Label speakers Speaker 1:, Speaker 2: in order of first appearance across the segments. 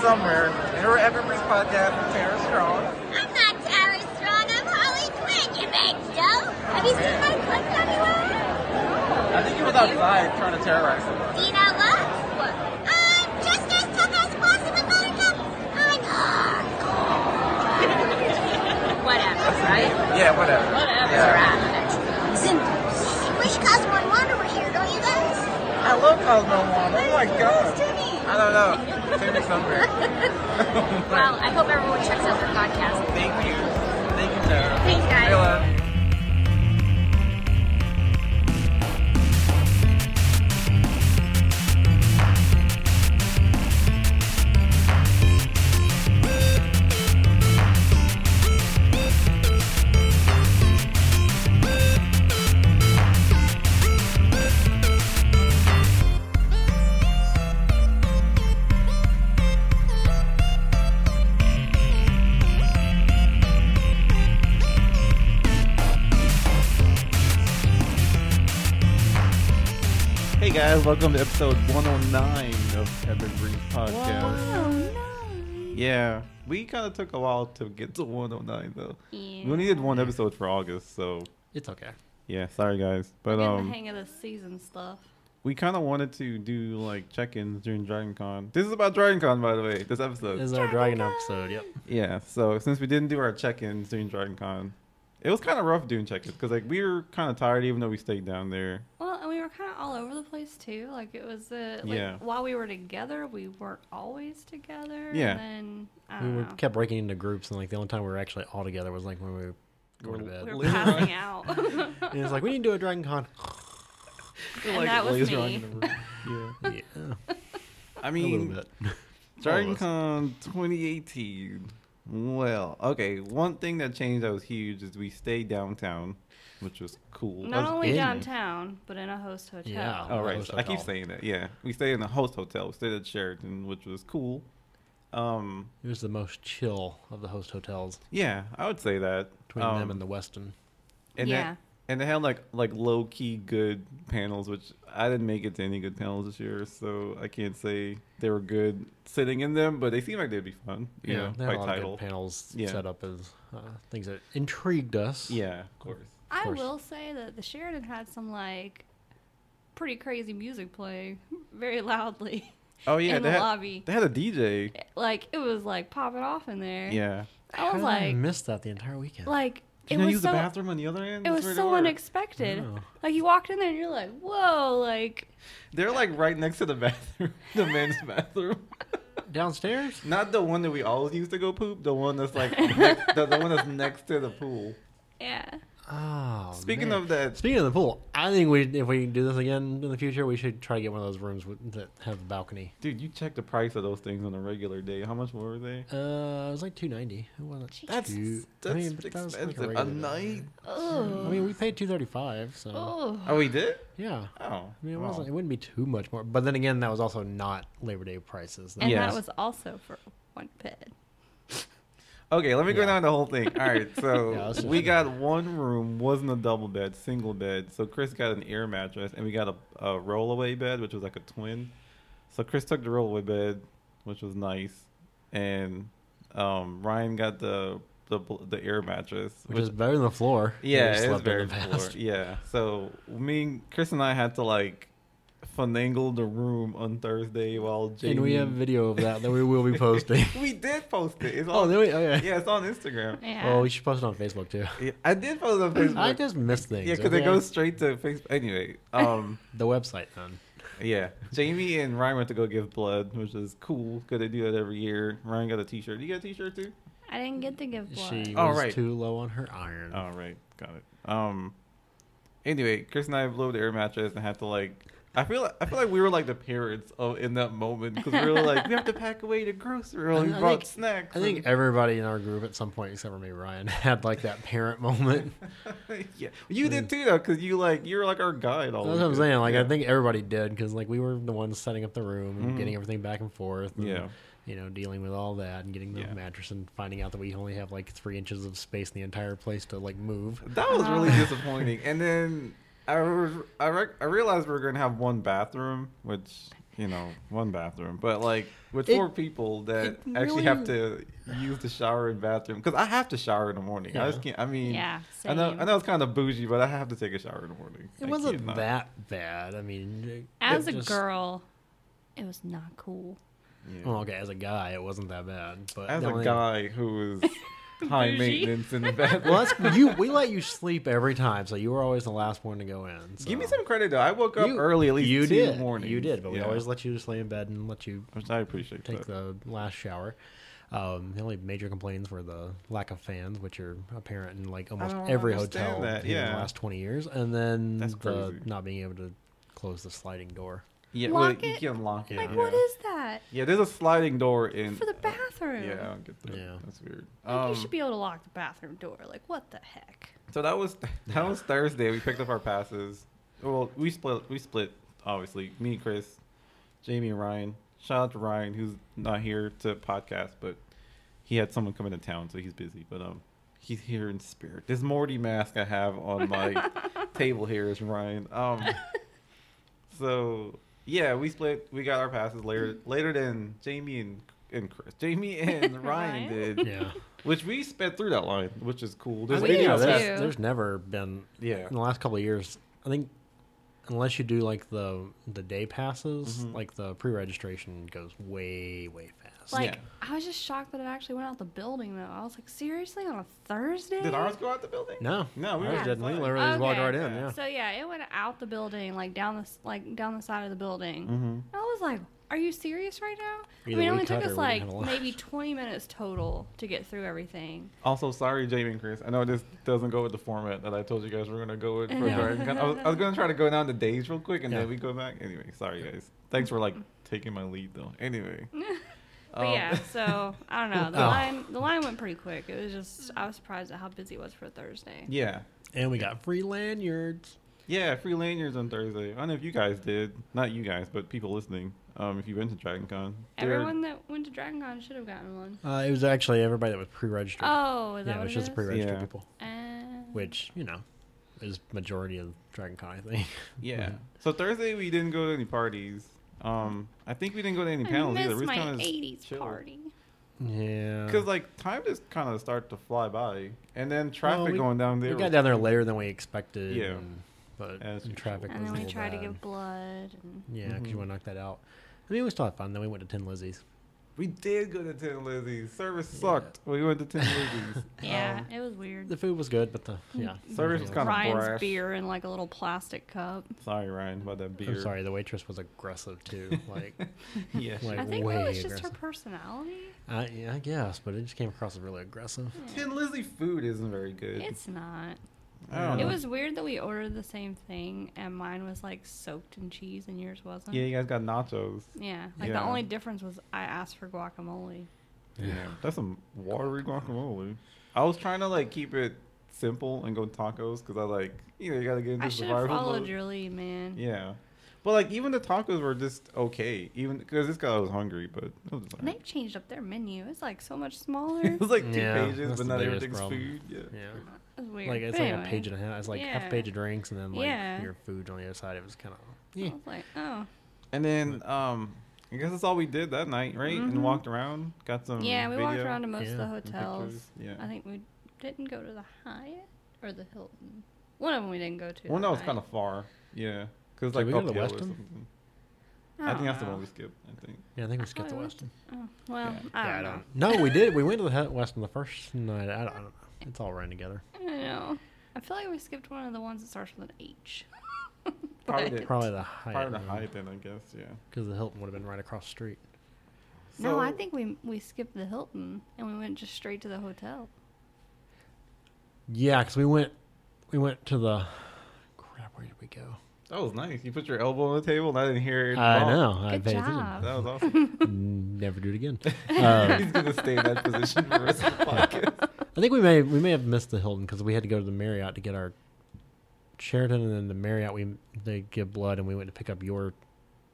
Speaker 1: somewhere. And we're Evan Breeze Podcast with Tara Strong.
Speaker 2: I'm not Tara Strong. I'm Holly Quinn, you big dope. Have you seen my clips anywhere?
Speaker 1: I think he was outside trying to terrorize someone.
Speaker 2: Do you know what? What? I'm Um, just as tough as possible, Buttercup. I'm hardcore. Whatever, right?
Speaker 1: Yeah, whatever.
Speaker 2: Whatever.
Speaker 1: Yeah.
Speaker 2: Right. Simple. Wish Cosmo and Wanda were here, don't you guys?
Speaker 1: I love Cosmo Wong. Oh my god.
Speaker 2: Timmy.
Speaker 1: I don't know. Save me somewhere.
Speaker 2: Well, I hope everyone checks out their podcast.
Speaker 1: Thank you. Thank you, Tara.
Speaker 2: Thanks, guys.
Speaker 1: Kayla.
Speaker 3: Hey guys, welcome to episode 109 of Evan Breeze Podcast.
Speaker 4: oh
Speaker 3: Yeah, we kind of took a while to get to 109 though. We needed one episode for August, so
Speaker 5: It's okay.
Speaker 3: yeah, sorry guys. But
Speaker 4: Getting the
Speaker 3: um,
Speaker 4: hang of the season stuff.
Speaker 3: we kind of wanted to do like check-ins during Dragon Con. This is about Dragon Con, by the way. This episode.
Speaker 5: This is our dragon episode. Yep.
Speaker 3: Yeah, so since we didn't do our check-ins during Dragon Con, it was kind of rough doing check-ins because like we were kind of tired, even though we stayed down there.
Speaker 4: Well, and we were kind of all over the place too. Like it was uh like
Speaker 3: Yeah.
Speaker 4: while we were together, we weren't always together.
Speaker 3: Yeah.
Speaker 4: And then I
Speaker 5: We
Speaker 4: don't
Speaker 5: were,
Speaker 4: know.
Speaker 5: kept breaking into groups, and like the only time we were actually all together was like when we were going to
Speaker 3: We're-
Speaker 5: bed.
Speaker 4: we were
Speaker 3: literally-
Speaker 4: passing out. and
Speaker 5: and it's like we need to do a Dragon Con.
Speaker 4: that was
Speaker 3: laser on
Speaker 4: me.
Speaker 3: Yeah,
Speaker 5: yeah,
Speaker 3: I
Speaker 5: a little
Speaker 3: mean,
Speaker 5: bit. All
Speaker 3: Dragon
Speaker 5: of us.
Speaker 3: Con 2018. Well, okay. One thing that changed that was huge is we stayed downtown, which was cool.
Speaker 4: Not
Speaker 3: That's-
Speaker 4: only
Speaker 5: in.
Speaker 4: downtown, but in a host hotel.
Speaker 5: Yeah.
Speaker 3: oh, right.
Speaker 5: host
Speaker 3: I keep
Speaker 5: hotel.
Speaker 3: saying that. Yeah. We stayed in a host hotel. We stayed at Sheraton, which was cool. Um,
Speaker 5: It was the most chill of the host hotels
Speaker 3: yeah, I would say that.
Speaker 5: between them
Speaker 3: Um,
Speaker 5: and the Weston.
Speaker 3: and
Speaker 4: Yeah.
Speaker 3: They, and they had like like low key good panels, which I didn't make it to any good panels this year, so I can't say they were good sitting in them, but they seemed like they'd be fun. You know,
Speaker 5: they had
Speaker 3: by
Speaker 5: a lot
Speaker 3: title.
Speaker 5: of good panels
Speaker 3: Yeah.
Speaker 5: set up as uh, things that intrigued us.
Speaker 3: Yeah, of course.
Speaker 4: I
Speaker 5: course.
Speaker 4: will say that the Sheridan had some like pretty crazy music playing very loudly.
Speaker 3: Oh yeah,
Speaker 4: in
Speaker 3: they
Speaker 4: the
Speaker 3: had,
Speaker 4: lobby.
Speaker 3: They had a DJ.
Speaker 4: Like it was like popping off in there.
Speaker 3: Yeah.
Speaker 4: I
Speaker 5: How
Speaker 4: was
Speaker 5: did I
Speaker 4: like,
Speaker 5: missed that the entire weekend.
Speaker 4: like it
Speaker 3: Can I
Speaker 4: was
Speaker 3: use
Speaker 4: so
Speaker 3: the bathroom on the other end?
Speaker 4: It
Speaker 3: That's
Speaker 4: was
Speaker 3: where
Speaker 4: so
Speaker 3: they were.
Speaker 4: unexpected.
Speaker 5: Yeah.
Speaker 4: Like you walked in there and you're like, "Whoa!" Like
Speaker 3: They're like right next to the bathroom, the men's bathroom.
Speaker 5: downstairs.
Speaker 3: Not the one that we always used to go poop. The one that's like next, the, the one that's next to the pool.
Speaker 4: Yeah.
Speaker 5: Oh,
Speaker 3: Speaking
Speaker 5: man.
Speaker 3: of that,
Speaker 5: Speaking of the pool, I think we if we do this again in the future, we should try to get one of those rooms with, that have a balcony.
Speaker 3: dude, you check the price of those things on a regular day. How much were they?
Speaker 5: Uh, it was like two ninety.
Speaker 3: That's that's expensive. a night.
Speaker 4: Oh.
Speaker 5: I mean, we paid two thirty five, so
Speaker 4: Oh.
Speaker 3: Oh, we did.
Speaker 5: yeah.
Speaker 3: Oh,
Speaker 5: I mean, it
Speaker 3: wow.
Speaker 5: wasn't. It wouldn't be too much more. But then again, that was also not Labor Day prices.
Speaker 4: And
Speaker 3: Yes.
Speaker 4: that was also for one bed.
Speaker 3: Okay, let me go
Speaker 5: Yeah.
Speaker 3: down the whole thing. All right, so
Speaker 5: Yeah, let's just-
Speaker 3: we got one room, wasn't a double bed, single bed. So Chris got an air mattress, and we got a, a rollaway bed, which was like a twin. So Chris took the rollaway bed, which was nice, and um, Ryan got the the bl- the air mattress,
Speaker 5: which is better than the floor. that we
Speaker 3: yeah, it's
Speaker 5: slept on
Speaker 3: very
Speaker 5: the
Speaker 3: poor.
Speaker 5: past.
Speaker 3: Yeah, so me, and Chris, and I had to like finagle the room on Thursday while Jamie.
Speaker 5: And we have video of that that we will be posting.
Speaker 3: we did post it. It's
Speaker 5: oh,
Speaker 3: on,
Speaker 5: did we? Okay.
Speaker 3: yeah, it's on Instagram.
Speaker 4: Yeah.
Speaker 5: Oh, we should post it on Facebook too.
Speaker 3: Yeah, I did post it on Facebook.
Speaker 5: I just miss things.
Speaker 3: yeah, because
Speaker 5: okay?
Speaker 3: it goes straight to Facebook. Anyway, um,
Speaker 5: the website then.
Speaker 3: yeah, Jamie and Ryan went to go give blood, which is cool because they do that every year. Ryan got a T-shirt. You got a T-shirt too?
Speaker 4: I didn't get to give blood.
Speaker 5: She
Speaker 3: Oh,
Speaker 5: was
Speaker 3: right.
Speaker 5: too low on her iron.
Speaker 3: Oh right, got it. Um, anyway, Chris and I blew the air mattress and had to like. I feel I feel like we were like the parents of in that moment because we were like we have to pack away the grocery and
Speaker 5: I-
Speaker 3: we
Speaker 5: I
Speaker 3: brought
Speaker 5: think-
Speaker 3: snacks.
Speaker 5: I think everybody in our group at some point, except for maybe Ryan, had like that parent moment.
Speaker 3: and- yeah, you did too though because you like you were like our guide all.
Speaker 5: That's what I'm
Speaker 3: weekend.
Speaker 5: saying.
Speaker 3: Oh,
Speaker 5: Like
Speaker 3: Yeah. Mm-hmm.
Speaker 5: I think everybody did because like we were the ones setting up the room and getting everything back and forth. And,
Speaker 3: Yeah.
Speaker 5: You know, dealing with all that and getting the
Speaker 3: Yeah.
Speaker 5: mattress and finding out that we only have like three inches of space in the entire place to like move.
Speaker 3: That was really
Speaker 5: Uh-huh.
Speaker 3: disappointing. And then I re- I, rec- I realized we were gonna have one bathroom, which you know, one bathroom, but like with
Speaker 5: It-
Speaker 3: four people that
Speaker 5: it
Speaker 3: actually have to use the shower and bathroom because I have to shower in the morning. I just
Speaker 5: Yeah.
Speaker 3: can't. I mean,
Speaker 4: Yeah,
Speaker 3: I know, I
Speaker 4: same.
Speaker 3: know it's kind of bougie, but I have to take a shower in the morning.
Speaker 5: It
Speaker 3: I
Speaker 5: wasn't
Speaker 3: can't not.
Speaker 5: that bad. I mean, it-
Speaker 4: As
Speaker 5: it
Speaker 4: a
Speaker 5: just-
Speaker 4: girl, it was not cool.
Speaker 3: Yeah.
Speaker 5: Well, okay, as a guy, it wasn't that bad. But
Speaker 3: As
Speaker 5: the
Speaker 3: a
Speaker 5: only-
Speaker 3: guy who is high
Speaker 4: Bougie.
Speaker 3: maintenance in the bathroom.
Speaker 5: well, that's, you we let you sleep every time, so you were always the last one to go in. So.
Speaker 3: Give me some credit though. I woke up
Speaker 5: You-
Speaker 3: early at least
Speaker 5: you
Speaker 3: two
Speaker 5: did.
Speaker 3: mornings.
Speaker 5: You did, but we
Speaker 3: Yeah.
Speaker 5: always let you just lay in bed and let you
Speaker 3: Which I appreciate.
Speaker 5: take
Speaker 3: that.
Speaker 5: the last shower. Um, the only major complaints were the lack of fans, which are apparent in like almost
Speaker 3: don't
Speaker 5: every
Speaker 3: Oh, understand
Speaker 5: hotel
Speaker 3: that,
Speaker 5: in
Speaker 3: yeah.
Speaker 5: the last twenty years, and then
Speaker 3: That's
Speaker 5: the
Speaker 3: crazy.
Speaker 5: not being able to close the sliding door.
Speaker 3: Yeah,
Speaker 4: Lock
Speaker 3: well, you
Speaker 4: it?
Speaker 3: can lock it.
Speaker 4: Like,
Speaker 3: yeah.
Speaker 4: what is that
Speaker 3: Yeah, there's a sliding door in
Speaker 4: for the bathroom?
Speaker 3: Yeah, I don't get that.
Speaker 5: Yeah.
Speaker 3: That's weird.
Speaker 4: Like,
Speaker 3: Um,
Speaker 4: you should be able to lock the bathroom door. Like, what the heck?
Speaker 3: so that was that was Thursday. We picked up our passes. Well, we split. We split. Obviously, me, Chris, Jamie, and Ryan. Shout out to Ryan, who's not here to podcast, but he had someone coming to town, so he's busy. But um, he's here in spirit. This Morty mask I have on my table here is Ryan. Um, so yeah, we split. We got our passes later later than Jamie and and Chris. Jamie and Ryan
Speaker 4: Ryan?
Speaker 3: did.
Speaker 5: Yeah,
Speaker 3: Which we sped through that line, which is cool. There's
Speaker 4: I think
Speaker 3: videos.
Speaker 4: so.
Speaker 3: that-
Speaker 4: too.
Speaker 5: there's, there's never been
Speaker 3: Yeah.
Speaker 5: in the last couple of years. I think unless you do like the the day passes,
Speaker 3: Mhm.
Speaker 5: like the pre registration goes way way fast.
Speaker 4: Like,
Speaker 3: Yeah.
Speaker 4: I was just shocked that it actually went out the building, though. I was like, seriously, on a Thursday?
Speaker 3: Did ours go out the building?
Speaker 5: no,
Speaker 3: No, we
Speaker 5: ours
Speaker 4: were
Speaker 5: didn't. We
Speaker 3: fine.
Speaker 5: literally just walked
Speaker 4: Okay.
Speaker 5: right in. Yeah,
Speaker 4: So yeah, it went out the building, like down the s- like down the side of the building.
Speaker 3: Mhm.
Speaker 4: I was like, "Are you serious right now?"
Speaker 5: Mm-hmm. Either
Speaker 4: I mean,
Speaker 5: we
Speaker 4: it only
Speaker 5: cut
Speaker 4: took
Speaker 5: or
Speaker 4: us
Speaker 5: we didn't
Speaker 4: like
Speaker 5: have a lot.
Speaker 4: maybe twenty minutes total to get through everything.
Speaker 3: Also, sorry, Jamie and Chris. I know this doesn't go with the format that I told you guys we're gonna go with. For Dragon Con. I was, I was gonna try to go down the days real quick, and
Speaker 5: Yeah.
Speaker 3: then we go back. Anyway, sorry guys. Thanks for like taking my lead though. Anyway.
Speaker 5: Mm-hmm.
Speaker 4: But
Speaker 3: Um,
Speaker 4: yeah, so I don't know. The
Speaker 5: Oh.
Speaker 4: line the line went pretty quick. It was just I was surprised at how busy it was for Thursday.
Speaker 3: yeah.
Speaker 5: and we got free lanyards.
Speaker 3: Yeah, free lanyards on Thursday. I don't know if you guys did. Not you guys, but people listening. Um, if you've been to Dragon Con. They're-
Speaker 4: Everyone that went to Dragon Con should have gotten one.
Speaker 5: Uh, it was actually everybody that was pre-registered.
Speaker 4: Oh, is that
Speaker 5: yeah, it
Speaker 4: what
Speaker 5: was
Speaker 4: it
Speaker 5: just
Speaker 4: is?
Speaker 5: pre-registered
Speaker 3: Yeah.
Speaker 5: people,
Speaker 4: Uh,
Speaker 5: which you know is majority of Dragon Con, I think.
Speaker 3: Yeah. So Thursday we didn't go to any parties. Um, I think we didn't go to any
Speaker 4: I
Speaker 3: panels
Speaker 4: miss
Speaker 3: either. We just
Speaker 4: my
Speaker 3: kinda just
Speaker 4: '80s
Speaker 3: chilled.
Speaker 4: party.
Speaker 5: yeah,
Speaker 3: Because like time just kind of started to fly by, and then traffic
Speaker 5: we-
Speaker 3: going down
Speaker 5: we
Speaker 3: there.
Speaker 5: got
Speaker 3: was-
Speaker 5: down there later than we expected.
Speaker 3: Yeah.
Speaker 5: and- but
Speaker 3: As
Speaker 5: the
Speaker 3: usual.
Speaker 5: traffic
Speaker 4: And
Speaker 5: was
Speaker 4: then
Speaker 5: a
Speaker 4: we
Speaker 5: little
Speaker 4: tried to
Speaker 5: bad. Oh.
Speaker 4: give blood. And
Speaker 5: Yeah, because you
Speaker 3: Mhm.
Speaker 5: want to knock that out. I mean, we still had fun. Then we went to Tin Lizzie's.
Speaker 3: we did go to Tin Lizzie's. Service sucked. We went to Tin Lizzie's.
Speaker 4: yeah,
Speaker 3: Um,
Speaker 4: it was weird.
Speaker 5: The food was good, but the
Speaker 4: Mm-hmm.
Speaker 5: yeah,
Speaker 3: Service was
Speaker 5: everything
Speaker 3: kinda
Speaker 4: Ryan's
Speaker 3: brash.
Speaker 4: beer in like a little plastic cup.
Speaker 3: sorry, Ryan, about that beer.
Speaker 5: I'm sorry, the waitress was aggressive too. Like,
Speaker 3: Yeah.
Speaker 5: Like-
Speaker 4: I think
Speaker 5: way
Speaker 4: that was just her
Speaker 5: aggressive.
Speaker 4: personality.
Speaker 5: I, yeah, I guess, but it just came across as really aggressive.
Speaker 3: shit. Tin Lizzie food isn't very good.
Speaker 4: It's not.
Speaker 3: I don't
Speaker 4: It
Speaker 3: know.
Speaker 4: was weird that we ordered the same thing and mine was like soaked in cheese and yours wasn't.
Speaker 3: Yeah, you guys got nachos.
Speaker 4: Yeah, Like
Speaker 3: Yeah.
Speaker 4: the only difference was I asked for guacamole.
Speaker 3: Yeah, that's some watery guacamole. I was trying to like keep it simple and go tacos because I like you know you gotta get into
Speaker 4: I should have
Speaker 3: survival
Speaker 4: followed
Speaker 3: mode.
Speaker 4: your lead, man.
Speaker 3: Yeah. But like even the tacos were just okay, even because this guy was hungry, but it was
Speaker 4: And
Speaker 3: alright.
Speaker 4: They've changed up their menu. It's like so much smaller.
Speaker 3: it was like two
Speaker 5: Yeah,
Speaker 3: pages,
Speaker 5: that's
Speaker 3: but
Speaker 5: the
Speaker 3: not
Speaker 5: biggest
Speaker 3: everything's
Speaker 5: problem.
Speaker 3: food. Yeah.
Speaker 5: Yeah,
Speaker 4: It was weird.
Speaker 5: like it's
Speaker 4: But
Speaker 5: like
Speaker 4: anyway,
Speaker 5: a page and a half. It's like half
Speaker 4: Yeah.
Speaker 5: a page of drinks, and then like
Speaker 4: Yeah.
Speaker 5: your food on the other side. It was kind of
Speaker 4: I
Speaker 5: yeah.
Speaker 4: was like, oh.
Speaker 3: And then um, I guess that's all we did that night, right? And
Speaker 4: Mhm.
Speaker 3: walked around, got some.
Speaker 4: yeah, we
Speaker 3: video
Speaker 4: walked around to most of the
Speaker 5: yeah, and
Speaker 3: and
Speaker 4: hotels.
Speaker 3: pictures. Yeah.
Speaker 4: I think we didn't go to the Hyatt or the Hilton. One of them we didn't go to.
Speaker 3: well,
Speaker 4: the
Speaker 3: no, it's
Speaker 4: Hyatt.
Speaker 3: kind of far. Yeah, because
Speaker 5: Did
Speaker 3: like
Speaker 5: we go to the
Speaker 3: uphill or
Speaker 5: Westin?
Speaker 3: something. I,
Speaker 4: don't
Speaker 3: think that's the
Speaker 4: know.
Speaker 3: one we skipped. I think.
Speaker 5: Yeah, I think
Speaker 4: I
Speaker 5: we skipped the
Speaker 4: thought it was-
Speaker 5: Weston.
Speaker 4: Oh, well,
Speaker 3: Yeah.
Speaker 4: I, don't
Speaker 5: know. No, we did. We went to the Hut Weston the first night. I don't, I don't know. It's all run together.
Speaker 4: know. I know. I feel like we skipped one of the ones that starts with an H.
Speaker 3: Probably
Speaker 4: But-
Speaker 3: did.
Speaker 5: Probably the
Speaker 3: Part of the
Speaker 5: Hyatt,
Speaker 3: hype, then I guess. Yeah.
Speaker 5: because the Hilton would have been right across the street.
Speaker 4: no, I
Speaker 3: So-
Speaker 4: think we we skipped the Hilton and we went just straight to the hotel.
Speaker 5: Yeah, because we went, we went to the. Crap, where did we go?
Speaker 3: That was nice. You put your elbow on the table, and I didn't hear it.
Speaker 5: I
Speaker 3: bump.
Speaker 5: know. I
Speaker 4: Good
Speaker 5: paid
Speaker 4: job.
Speaker 3: That was awesome.
Speaker 5: attention. Never do it again. Um,
Speaker 3: He's gonna stay in that position for the rest of the podcast.
Speaker 5: I think we may we may have missed the Hilton because we had to go to the Marriott to get our Sheraton, and then the Marriott we they give blood, and we went to pick up your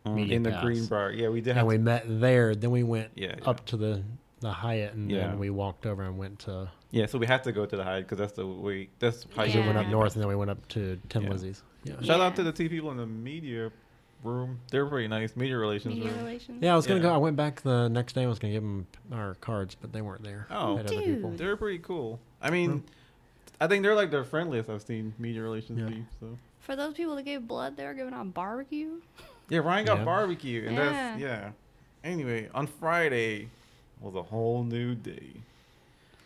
Speaker 5: media
Speaker 3: in the
Speaker 5: pass.
Speaker 3: Greenbrier. Yeah, we did have
Speaker 5: and we met there. Then we went
Speaker 3: Yeah, yeah.
Speaker 5: up to the the Hyatt, and
Speaker 3: Yeah.
Speaker 5: then we walked over and went to.
Speaker 3: Yeah, so we had to go to the Hyde because that's the way. That's how
Speaker 5: So
Speaker 3: you
Speaker 5: we went
Speaker 4: Yeah.
Speaker 5: up north, and then we went up to Tim
Speaker 3: Yeah.
Speaker 5: Lizzie's. Yeah.
Speaker 3: Shout out
Speaker 4: Yeah.
Speaker 3: to the two people in the media room. They were pretty nice. Media relations
Speaker 4: Media
Speaker 3: room.
Speaker 4: relations.
Speaker 5: Yeah, I was gonna
Speaker 3: Yeah.
Speaker 5: go. I went back the next day. I was gonna give them our cards, but they weren't there.
Speaker 3: Oh.
Speaker 5: I had other people.
Speaker 4: Dude.
Speaker 3: They were pretty cool. I mean, I think they're like the friendliest I've seen media relations
Speaker 5: Yeah.
Speaker 3: be. So
Speaker 4: For those people that gave blood, they were giving out barbecue.
Speaker 3: yeah, Ryan got
Speaker 5: Yeah.
Speaker 3: barbecue, and that's yeah. Anyway, on Friday was a whole new day.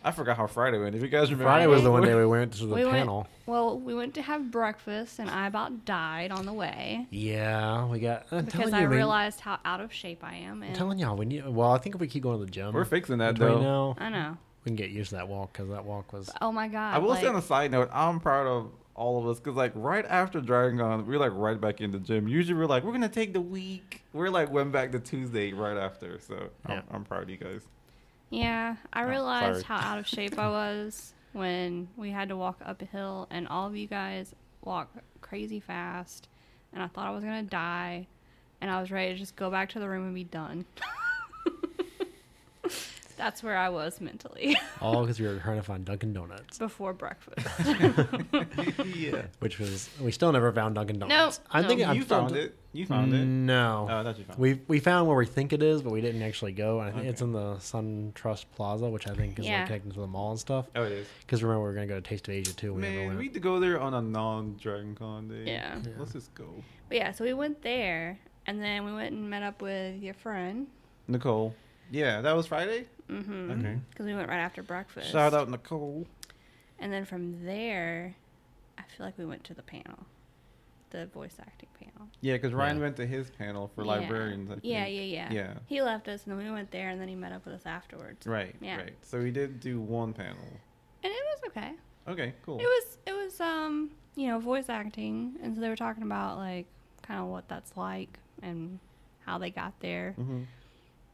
Speaker 3: I forgot how Friday went. If you guys remember,
Speaker 5: Friday was the one
Speaker 3: we-
Speaker 5: day we went to the
Speaker 4: we
Speaker 5: panel.
Speaker 4: went. Well, we went to have breakfast, and I about died on the way
Speaker 5: Yeah, we got. I'm
Speaker 4: because
Speaker 5: telling
Speaker 4: I
Speaker 5: you, man.
Speaker 4: realized how out of shape I am.
Speaker 5: I'm
Speaker 4: And
Speaker 5: telling y'all, we need. Well, I think if we keep going to the gym,
Speaker 3: We're fixing that
Speaker 5: right
Speaker 3: though.
Speaker 5: now,
Speaker 4: I know.
Speaker 5: we can get used to that walk because that walk was.
Speaker 4: Oh my god.
Speaker 3: I will
Speaker 4: like,
Speaker 3: say on a side note, I'm proud of all of us because like right after Dragon Con, we like right back in the gym. Usually we're like we're gonna take the week. We're like went back to Tuesday right after. So
Speaker 5: Yeah.
Speaker 3: I'm, I'm proud of you guys.
Speaker 4: Yeah, I
Speaker 3: Oh, sorry.
Speaker 4: realized how out of shape I was when we had to walk up a hill, and all of you guys walk crazy fast, and I thought I was gonna die, and I was ready to just go back to the room and be done. That's where I was mentally
Speaker 5: All because we were trying to find Dunkin' Donuts,
Speaker 4: before breakfast.
Speaker 3: yeah,
Speaker 5: which was we still never found Dunkin' Donuts. I
Speaker 4: no.
Speaker 5: think
Speaker 4: Yeah,
Speaker 5: I Mm.
Speaker 3: you found it. You found it.
Speaker 5: No,
Speaker 3: Oh, I thought you found
Speaker 5: we we found where we think it is, but we didn't actually go. And I think it's
Speaker 3: Okay.
Speaker 5: in the Sun Trust Plaza, which I think is
Speaker 4: Yeah.
Speaker 5: like connected to the mall and stuff.
Speaker 3: Oh, it is.
Speaker 5: Because remember, we were gonna go to Taste of Asia too. We never
Speaker 3: Man,
Speaker 5: went.
Speaker 3: we need to go there on a non-Dragon Con day.
Speaker 4: Yeah. Yeah.
Speaker 3: Let's just go.
Speaker 4: But yeah, so we went there, and then we went and met up with your friend
Speaker 3: Nicole. Yeah, that was Friday. Mm-hmm. Okay.
Speaker 4: because we went right after breakfast.
Speaker 3: Shout out Nicole.
Speaker 4: And then from there, I feel like we went to the panel, the voice acting panel.
Speaker 3: Yeah, because Ryan
Speaker 5: Yeah.
Speaker 3: went to his panel for
Speaker 4: Yeah.
Speaker 3: librarians. I think.
Speaker 4: Yeah, yeah, yeah.
Speaker 3: Yeah.
Speaker 4: He left us, and then we went there, and then he met up with us afterwards.
Speaker 3: Right.
Speaker 4: Yeah.
Speaker 3: Right. So we did do one panel.
Speaker 4: And it was okay.
Speaker 3: Okay. Cool.
Speaker 4: It was it was um you know voice acting, and so they were talking about like kind of what that's like and how they got there.
Speaker 3: Mhm.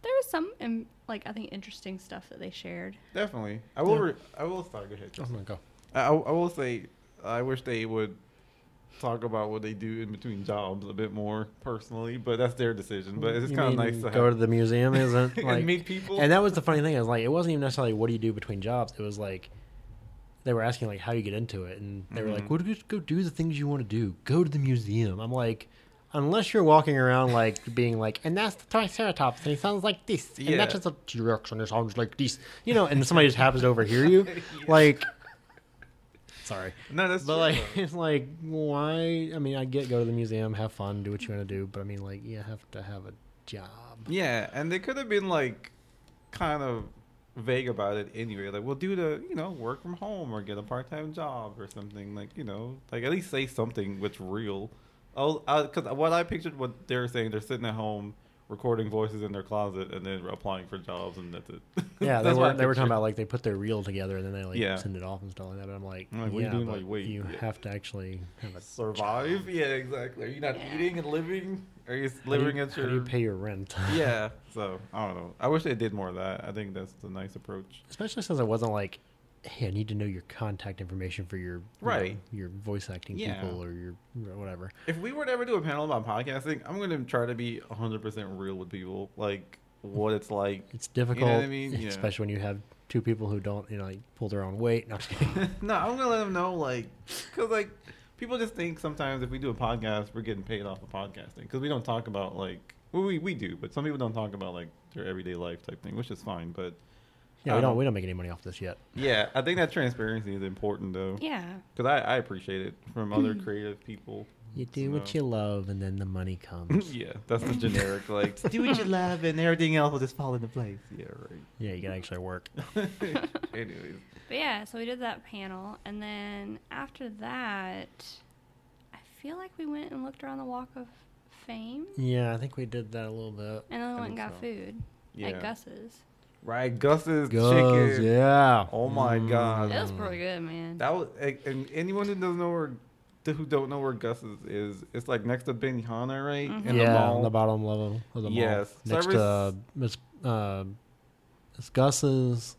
Speaker 4: There was some um, like I think interesting stuff that they shared.
Speaker 3: Definitely. I will.
Speaker 5: Yeah.
Speaker 3: Re- I will start. Go ahead.
Speaker 5: Oh my god.
Speaker 3: I, Mm-hmm. I I will say, I wish they would talk about what they do in between jobs a bit more personally, but that's their decision. But it's
Speaker 5: You
Speaker 3: kind of
Speaker 5: mean
Speaker 3: nice to
Speaker 5: go
Speaker 3: have-
Speaker 5: to the museum, isn't
Speaker 3: And
Speaker 5: like
Speaker 3: meet people.
Speaker 5: And that was the funny thing. It was like it wasn't even necessarily what do you do between jobs. It was like they were asking like how you get into it, and they were like,
Speaker 3: Mhm.
Speaker 5: "Well, just go do the things you want to do. Go to the museum." I'm like. Unless you're walking around like being like, and that's the Triceratops, and he sounds like this, and
Speaker 3: Yeah.
Speaker 5: that's just a T Rex, and it sounds like this, you know, and somebody just happens to overhear you, like, sorry,
Speaker 3: no, that's
Speaker 5: but
Speaker 3: true,
Speaker 5: like,
Speaker 3: though.
Speaker 5: it's like, why? I mean, I get go to the museum, have fun, do what you want to do, but I mean, like, you have to have a job.
Speaker 3: Yeah, and they could have been like kind of vague about it anyway. Like, we'll do the you know work from home or get a part time job or something. Like, you know, like at least say something which real. Oh, because what I pictured what they were saying, they're sitting at home recording voices in their closet and then applying for jobs, and that's it.
Speaker 5: Yeah, they
Speaker 3: That's what I
Speaker 5: were they were talking
Speaker 3: pictured.
Speaker 5: about like they put their reel together and then they like
Speaker 3: Yeah.
Speaker 5: send it off and stuff like that. But I'm like,
Speaker 3: I'm like, what are you
Speaker 5: yeah,
Speaker 3: doing?
Speaker 5: but
Speaker 3: Like, wait,
Speaker 5: you
Speaker 3: yeah.
Speaker 5: have to actually have a
Speaker 3: survive. Yeah, exactly. Are you not
Speaker 4: Yeah.
Speaker 3: eating and living? Are you
Speaker 5: how do you-
Speaker 3: living at
Speaker 5: how do you
Speaker 3: your
Speaker 5: pay your rent?
Speaker 3: yeah? So I don't know. I wish they did more of that. I think that's the nice approach.
Speaker 5: especially since I wasn't like, hey, I need to know your contact information for your you know,
Speaker 3: Right.
Speaker 5: your voice acting
Speaker 3: Yeah.
Speaker 5: people or your or whatever.
Speaker 3: If we were to ever do a panel about podcasting, I'm going to try to be 100% real with people, like what it's like.
Speaker 5: It's difficult, e,
Speaker 3: I mean? Yeah.
Speaker 5: especially when you have two people who don't you know like pull their own weight. No, I'm just kidding.
Speaker 3: no, I'm going to let them know, like, because like people just think sometimes if we do a podcast, we're getting paid off of podcasting because we don't talk about like well, we we do, but some people don't talk about like their everyday life type thing, which is fine. But
Speaker 5: yeah,
Speaker 3: I
Speaker 5: we
Speaker 3: don't-
Speaker 5: don't we don't make any money off this yet.
Speaker 3: yeah, I think that transparency is important though,
Speaker 4: Yeah.
Speaker 3: because I, I appreciate it from other creative people.
Speaker 5: You do what
Speaker 3: So-
Speaker 5: you love, and then the money comes.
Speaker 3: yeah, that's the generic like do what you love and everything else will just fall into place. Yeah, right.
Speaker 5: yeah, you gotta actually work.
Speaker 3: Anyways,
Speaker 4: But yeah, so we did that panel, and then after that, I feel like we went and looked around the Walk of Fame,
Speaker 5: Yeah, I think we did that a little bit.
Speaker 4: and then we went and
Speaker 3: think so.
Speaker 4: got food
Speaker 3: yeah,
Speaker 4: at Gus's.
Speaker 3: right. Gus's
Speaker 5: Goes,
Speaker 3: chicken.
Speaker 5: yeah. Mm.
Speaker 3: Oh my
Speaker 5: Um,
Speaker 3: god,
Speaker 4: It was pretty good, man.
Speaker 3: that was. And and anyone who doesn't know where, who don't know where Gus's is, it's like next to Benihana, right?
Speaker 4: Mm-hmm.
Speaker 3: In
Speaker 5: yeah,
Speaker 3: the
Speaker 5: on
Speaker 3: mall.
Speaker 5: the bottom level of the
Speaker 3: Yes. So
Speaker 5: mall. Next
Speaker 3: every
Speaker 5: to
Speaker 3: s-
Speaker 5: uh, Miss uh, Miss Gus's,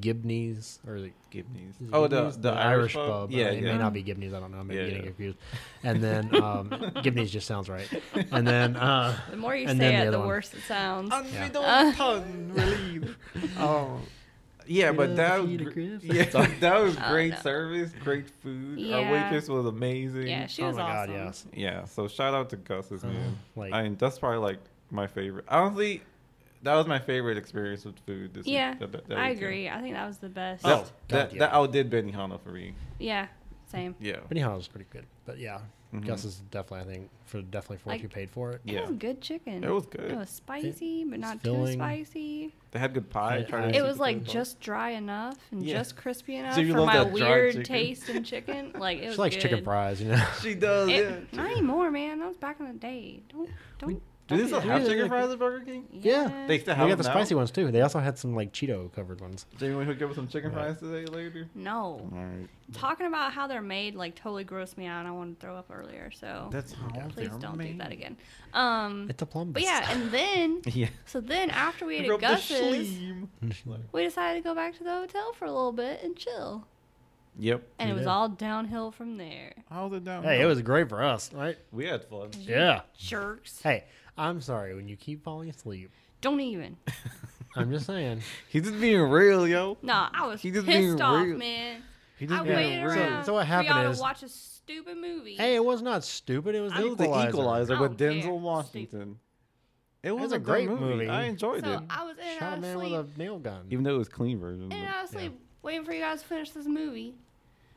Speaker 5: Gibney's, or the,
Speaker 3: Gibney's.
Speaker 5: is it
Speaker 3: Oh, the
Speaker 5: Gibney's?
Speaker 3: the, Irish, pub. Yeah,
Speaker 5: it
Speaker 3: yeah.
Speaker 5: may not be Gibney's. I don't know. I may
Speaker 3: Yeah,
Speaker 5: be getting
Speaker 3: yeah.
Speaker 5: confused. And then um, Gibney's just sounds right. And then uh,
Speaker 4: The more you
Speaker 5: And
Speaker 4: say
Speaker 5: then the Oh,
Speaker 4: it,
Speaker 5: other
Speaker 4: the
Speaker 5: one.
Speaker 4: Uh. worse it sounds.
Speaker 3: And we
Speaker 5: Yeah.
Speaker 3: don't
Speaker 4: Uh.
Speaker 3: pun relieve. Oh, Yeah,
Speaker 5: Get
Speaker 3: but
Speaker 5: up
Speaker 3: that
Speaker 5: if
Speaker 3: was
Speaker 5: you need a
Speaker 3: gr-
Speaker 5: crisp.
Speaker 3: yeah,
Speaker 5: Sorry.
Speaker 3: that was
Speaker 4: Oh,
Speaker 3: great
Speaker 4: no.
Speaker 3: service, great food.
Speaker 4: Yeah.
Speaker 3: Our waitress was amazing.
Speaker 4: Yeah, she
Speaker 5: Oh
Speaker 4: was
Speaker 5: my God,
Speaker 4: awesome.
Speaker 5: yes.
Speaker 3: Yeah, so shout out to Gus's
Speaker 5: Uh,
Speaker 3: man.
Speaker 5: like-
Speaker 3: I mean, that's probably like my favorite. Honestly, that was my favorite experience with food. This
Speaker 4: Yeah,
Speaker 3: week, that- that- that
Speaker 4: I
Speaker 3: weekend.
Speaker 4: agree. I think that was the best.
Speaker 3: That,
Speaker 5: Oh, God,
Speaker 3: that,
Speaker 5: yeah.
Speaker 3: that outdid Benihana for me.
Speaker 4: Yeah, same.
Speaker 3: Yeah,
Speaker 5: Benihana was pretty good, but yeah,
Speaker 3: Mhm.
Speaker 5: Gus is definitely I think for definitely for what
Speaker 4: I-
Speaker 5: you paid for it.
Speaker 3: Yeah.
Speaker 4: It was good chicken.
Speaker 3: It was good.
Speaker 4: It was spicy, but not too
Speaker 5: filling.
Speaker 4: spicy.
Speaker 3: they had good pie. tried
Speaker 5: I- I-
Speaker 3: to
Speaker 5: Spicy
Speaker 4: It
Speaker 3: see
Speaker 4: was
Speaker 3: the
Speaker 4: like
Speaker 3: food.
Speaker 4: just dry enough and
Speaker 3: Yeah.
Speaker 4: just crispy enough
Speaker 3: you
Speaker 4: for
Speaker 3: love
Speaker 4: my
Speaker 3: that dry
Speaker 4: weird
Speaker 3: chicken.
Speaker 4: taste in chicken. Like it was
Speaker 5: She likes chicken
Speaker 4: good.
Speaker 5: fries, you know.
Speaker 3: She does.
Speaker 4: It,
Speaker 3: yeah.
Speaker 4: not anymore, man. That was back in the day. Don't don't.
Speaker 3: Do
Speaker 4: don't
Speaker 3: they
Speaker 4: do
Speaker 3: still
Speaker 4: that.
Speaker 3: have
Speaker 5: Yeah,
Speaker 3: chicken
Speaker 5: like-
Speaker 3: fries at Burger King?
Speaker 5: Yeah.
Speaker 3: They still have
Speaker 5: They got
Speaker 3: them
Speaker 5: the
Speaker 3: now?
Speaker 5: spicy ones too. They also had some like Cheeto covered ones.
Speaker 3: Do you want to hook up with some chicken
Speaker 5: Right.
Speaker 3: fries today later?
Speaker 4: No.
Speaker 3: All right.
Speaker 4: Talking about how they're made like totally grossed me out. and I wanted to throw up earlier, so
Speaker 3: That's how
Speaker 4: please
Speaker 3: they're
Speaker 4: don't do
Speaker 3: made.
Speaker 4: that again. Um,
Speaker 5: It's a plumbus.
Speaker 4: but yeah, and then
Speaker 3: Yeah.
Speaker 4: so then after we ate
Speaker 3: Rub
Speaker 4: at
Speaker 3: the
Speaker 4: Gus's,
Speaker 3: schleem.
Speaker 4: we decided to go back to the hotel for a little bit and chill,
Speaker 3: Yep.
Speaker 4: and
Speaker 5: We
Speaker 4: it was
Speaker 5: did.
Speaker 4: all downhill from there.
Speaker 3: How's it down?
Speaker 5: hey, it was great for us, right?
Speaker 3: We had fun.
Speaker 5: Yeah.
Speaker 4: Jerks.
Speaker 5: Hey, I'm sorry when you keep falling asleep.
Speaker 4: Don't even.
Speaker 5: I'm just saying.
Speaker 3: He's just being real, yo.
Speaker 4: Nah, I was
Speaker 3: He just being
Speaker 4: pissed off,
Speaker 3: real.
Speaker 4: man.
Speaker 3: He
Speaker 4: I
Speaker 5: being
Speaker 4: waited
Speaker 5: real. So-
Speaker 4: around
Speaker 5: so what
Speaker 4: for y'all
Speaker 5: happened is-
Speaker 4: to watch a stupid movie.
Speaker 5: Hey, it was not stupid. It was the
Speaker 3: It was the
Speaker 5: equalizer.
Speaker 3: Equalizer
Speaker 4: I
Speaker 3: with
Speaker 4: don't
Speaker 3: Denzel
Speaker 4: care.
Speaker 3: Washington. It was,
Speaker 5: a
Speaker 3: good
Speaker 5: great movie.
Speaker 3: I enjoyed
Speaker 4: so
Speaker 3: it,
Speaker 4: I was in and
Speaker 5: Shot
Speaker 4: out
Speaker 5: a
Speaker 4: of
Speaker 5: man
Speaker 4: sleep,
Speaker 5: with a nail gun.
Speaker 3: even though it was clean version.
Speaker 4: in and
Speaker 3: but-
Speaker 4: out of sleep, waiting for you guys to finish this movie.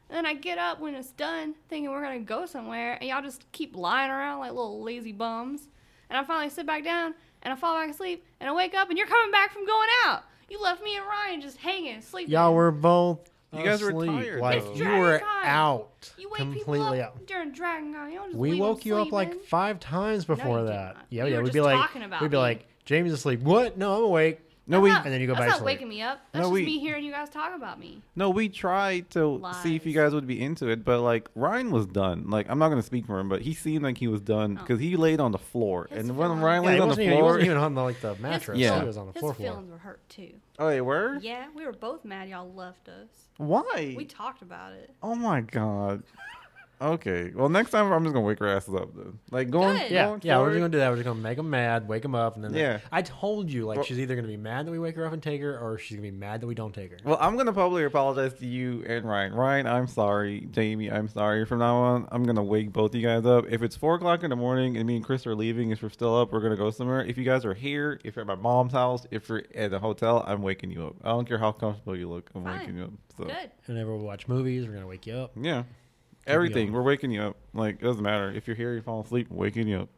Speaker 4: And then I get up when it's done, thinking we're gonna go somewhere, and y'all just keep lying around like little lazy bums. And I finally sit back down, and I fall back asleep, and I wake up, and you're coming back from going out. You left me and Ryan just hanging, sleeping.
Speaker 5: Y'all were both.
Speaker 3: You guys were
Speaker 5: asleep.
Speaker 3: tired,
Speaker 5: Like
Speaker 3: though.
Speaker 4: It's
Speaker 5: you
Speaker 4: Dragon
Speaker 5: were
Speaker 4: Con.
Speaker 5: out.
Speaker 4: You wake
Speaker 5: completely
Speaker 4: people up
Speaker 5: out.
Speaker 4: during Dragon Con. Y'all just
Speaker 5: We
Speaker 4: leave
Speaker 5: woke
Speaker 4: them
Speaker 5: you up like
Speaker 4: sleeping.
Speaker 5: five times before
Speaker 4: you did
Speaker 5: that.
Speaker 4: not.
Speaker 5: Yeah,
Speaker 4: You
Speaker 5: yeah.
Speaker 4: were
Speaker 5: We'd be
Speaker 4: just
Speaker 5: like,
Speaker 4: talking about
Speaker 5: we'd be
Speaker 4: me.
Speaker 5: like, Jamie's asleep. What? No, I'm awake.
Speaker 3: No,
Speaker 4: That's
Speaker 3: we
Speaker 4: not-
Speaker 5: And then you go
Speaker 4: that's
Speaker 5: back
Speaker 4: not
Speaker 5: to sleep.
Speaker 4: waking me up.
Speaker 3: No,
Speaker 4: That's just
Speaker 3: we-
Speaker 4: me hearing you guys talk about me.
Speaker 3: no, we tried to see if you
Speaker 4: Lies.
Speaker 3: guys would be into it, but like Ryan was done. Like I'm not gonna speak for him, but he seemed like he was done because he laid on the floor,
Speaker 4: Oh. His
Speaker 3: and when
Speaker 4: feelings.
Speaker 3: Ryan
Speaker 5: Yeah,
Speaker 3: lays on
Speaker 5: he
Speaker 3: the
Speaker 5: wasn't, even, he
Speaker 3: floor,
Speaker 5: wasn't even on the, like the mattress.
Speaker 3: Yeah.
Speaker 5: He was on the
Speaker 4: his
Speaker 5: floor floor.
Speaker 4: feelings were hurt too.
Speaker 3: oh, they were.
Speaker 4: Yeah, we were both mad y'all left us.
Speaker 3: Why?
Speaker 4: We talked about it.
Speaker 3: oh my god. okay. Well, next time I'm just gonna wake your asses up then. Like going.
Speaker 4: Good.
Speaker 5: Yeah,
Speaker 3: going
Speaker 5: yeah. We're
Speaker 3: forward-
Speaker 5: just gonna do that. We're just gonna make him mad, wake him up, and then
Speaker 3: Yeah.
Speaker 5: I told you like
Speaker 3: Well-
Speaker 5: she's either gonna be mad that we wake her up and take her, or she's gonna be mad that we don't take her.
Speaker 3: Well, I'm gonna publicly apologize to you and Ryan. Ryan, I'm sorry. Jamie, I'm sorry. From now on, I'm gonna wake both you guys up. If it's four o'clock in the morning and me and Chris are leaving, if we're still up, we're gonna go somewhere. If you guys are here, if you're at my mom's house, if you're at the hotel, I'm waking you up. I don't care how comfortable you look. I'm
Speaker 4: Fine.
Speaker 3: waking you up. So
Speaker 4: Good.
Speaker 5: Whenever we watch movies, we're gonna wake you up.
Speaker 3: yeah, everything.
Speaker 5: on.
Speaker 3: We're waking you up. Like it doesn't matter if you're here, you fall asleep, we're waking you up.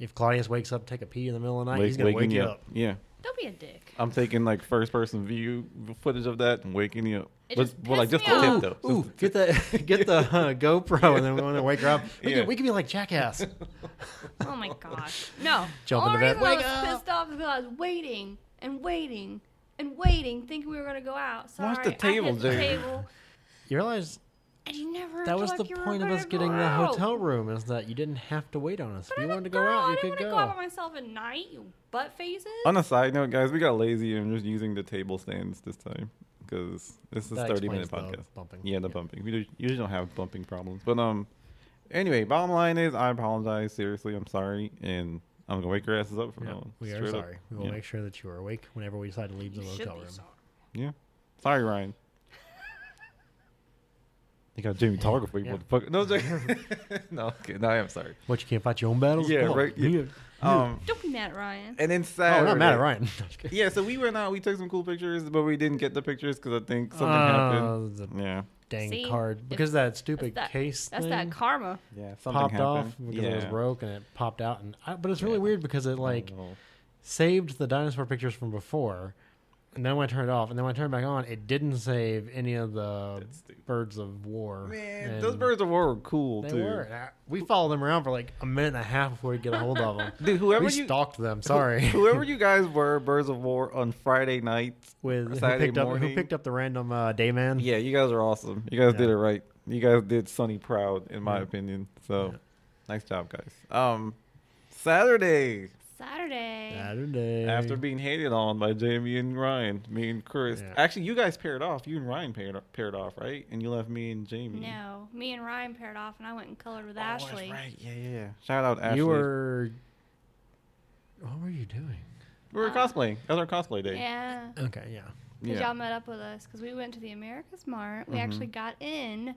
Speaker 5: If Claudius wakes up, take a pee in the middle of the night,
Speaker 3: Wake-
Speaker 5: he's gonna
Speaker 3: waking
Speaker 5: wake you up.
Speaker 3: Yeah,
Speaker 4: Don't be a dick.
Speaker 3: I'm taking like first person view footage of that and waking you up.
Speaker 4: It
Speaker 3: But-
Speaker 4: just
Speaker 3: but, like
Speaker 4: pissed
Speaker 3: just
Speaker 4: me
Speaker 3: the
Speaker 4: off.
Speaker 3: tip though.
Speaker 5: Ooh,
Speaker 3: Just-
Speaker 5: get the get the uh, GoPro, and then we want to wake her up. We,
Speaker 3: Yeah.
Speaker 5: can, we can be like jackass.
Speaker 4: Oh my gosh. No.
Speaker 5: Jump in
Speaker 4: Only
Speaker 5: the bed.
Speaker 4: reason I
Speaker 5: Wake
Speaker 4: was
Speaker 5: up.
Speaker 4: pissed off is because I was waiting and waiting and waiting, thinking we were gonna go out. Sorry,
Speaker 3: Watch the table,
Speaker 4: I hit the
Speaker 3: dude.
Speaker 4: table,
Speaker 5: You realize
Speaker 4: and you never.
Speaker 5: that was
Speaker 4: thought
Speaker 5: the
Speaker 4: you were
Speaker 5: point of
Speaker 4: gonna
Speaker 5: us getting
Speaker 4: go
Speaker 5: the
Speaker 4: out.
Speaker 5: hotel room is that you didn't have to wait on us. if
Speaker 4: But I'm
Speaker 5: you
Speaker 4: a
Speaker 5: wanted to go
Speaker 4: girl.
Speaker 5: out,
Speaker 4: I
Speaker 5: you
Speaker 4: didn't
Speaker 5: could go.
Speaker 4: wanna go out by myself at night. You butt faces.
Speaker 3: On a side note, guys, we got lazy and just using the table stands this time because this is
Speaker 5: That
Speaker 3: thirty minute
Speaker 5: explains the
Speaker 3: podcast.
Speaker 5: bumping.
Speaker 3: Yeah, the bumping. We do, usually don't have bumping problems, but um, anyway, bottom line is I apologize seriously. I'm sorry, and I'm gonna wake your asses up from
Speaker 5: Yeah,
Speaker 3: now on.
Speaker 5: we are
Speaker 3: Straight up.
Speaker 5: sorry. We will
Speaker 3: yeah.
Speaker 5: make sure that you are awake whenever we decide to leave the
Speaker 4: You should
Speaker 5: hotel
Speaker 4: be
Speaker 5: room.
Speaker 4: sorry.
Speaker 3: Yeah, sorry, Ryan. You got Jamie Target for you,
Speaker 5: Yeah.
Speaker 3: motherfucker. No, joke. no, okay, no, I am sorry.
Speaker 5: What you can't fight your own battles?
Speaker 3: Yeah,
Speaker 5: Come on.
Speaker 3: right, yeah. Um,
Speaker 4: Don't be mad, at Ryan.
Speaker 3: and then
Speaker 5: Oh,
Speaker 3: Saturday.
Speaker 5: we're not mad at Ryan. I'm just kidding.
Speaker 3: Yeah, so we went out. We took some cool pictures, but we didn't get the pictures because I think something
Speaker 5: Uh,
Speaker 3: happened.
Speaker 5: the
Speaker 3: Yeah.
Speaker 5: dang
Speaker 4: See?
Speaker 5: card
Speaker 4: If-
Speaker 5: because that stupid
Speaker 4: that-
Speaker 5: case
Speaker 4: That's
Speaker 5: thing
Speaker 4: that karma.
Speaker 3: Yeah,
Speaker 5: popped off because it was broke and it popped out. And I, but it's really
Speaker 3: Yeah. Oh.
Speaker 5: weird because it like saved the dinosaur pictures from before, and then when I turned it off, and then when I turned it back on, it didn't save any of the
Speaker 3: That's stupid.
Speaker 5: birds of war.
Speaker 3: man,
Speaker 5: And
Speaker 3: those birds of war were cool
Speaker 5: They
Speaker 3: too.
Speaker 5: were. And I- We followed them around for like a minute and a half before we could get a hold of them.
Speaker 3: Dude, whoever
Speaker 5: we
Speaker 3: you
Speaker 5: stalked them. Sorry.
Speaker 3: whoever you guys were, birds of war on Friday nights.
Speaker 5: With who
Speaker 3: Saturday
Speaker 5: picked, up, who
Speaker 3: morning.
Speaker 5: picked up the random uh, day man?
Speaker 3: Yeah, you guys are awesome. You guys did
Speaker 5: Yeah.
Speaker 3: it right. You guys did Sunny proud, in my
Speaker 5: Yeah.
Speaker 3: opinion. So,
Speaker 5: Yeah.
Speaker 3: nice job, guys. Um, Saturday
Speaker 4: Saturday.
Speaker 5: Saturday.
Speaker 3: after being hated on by Jamie and Ryan, me and Chris.
Speaker 5: Yeah.
Speaker 3: Actually, you guys paired off. You and Ryan paired paired off, right? And you left me and Jamie.
Speaker 4: No, me and Ryan paired off, and I went and colored with
Speaker 3: Oh, that's
Speaker 4: Ashley.
Speaker 3: right. Yeah, yeah. yeah. Shout out Ashley.
Speaker 5: you were. What were you doing?
Speaker 3: We were
Speaker 4: Uh,
Speaker 3: cosplaying. That was our cosplay day.
Speaker 4: Yeah.
Speaker 5: Okay, yeah. Mm-hmm.
Speaker 4: Because
Speaker 3: Yeah.
Speaker 4: y'all met up with us because we went to the America's Mart. We actually got in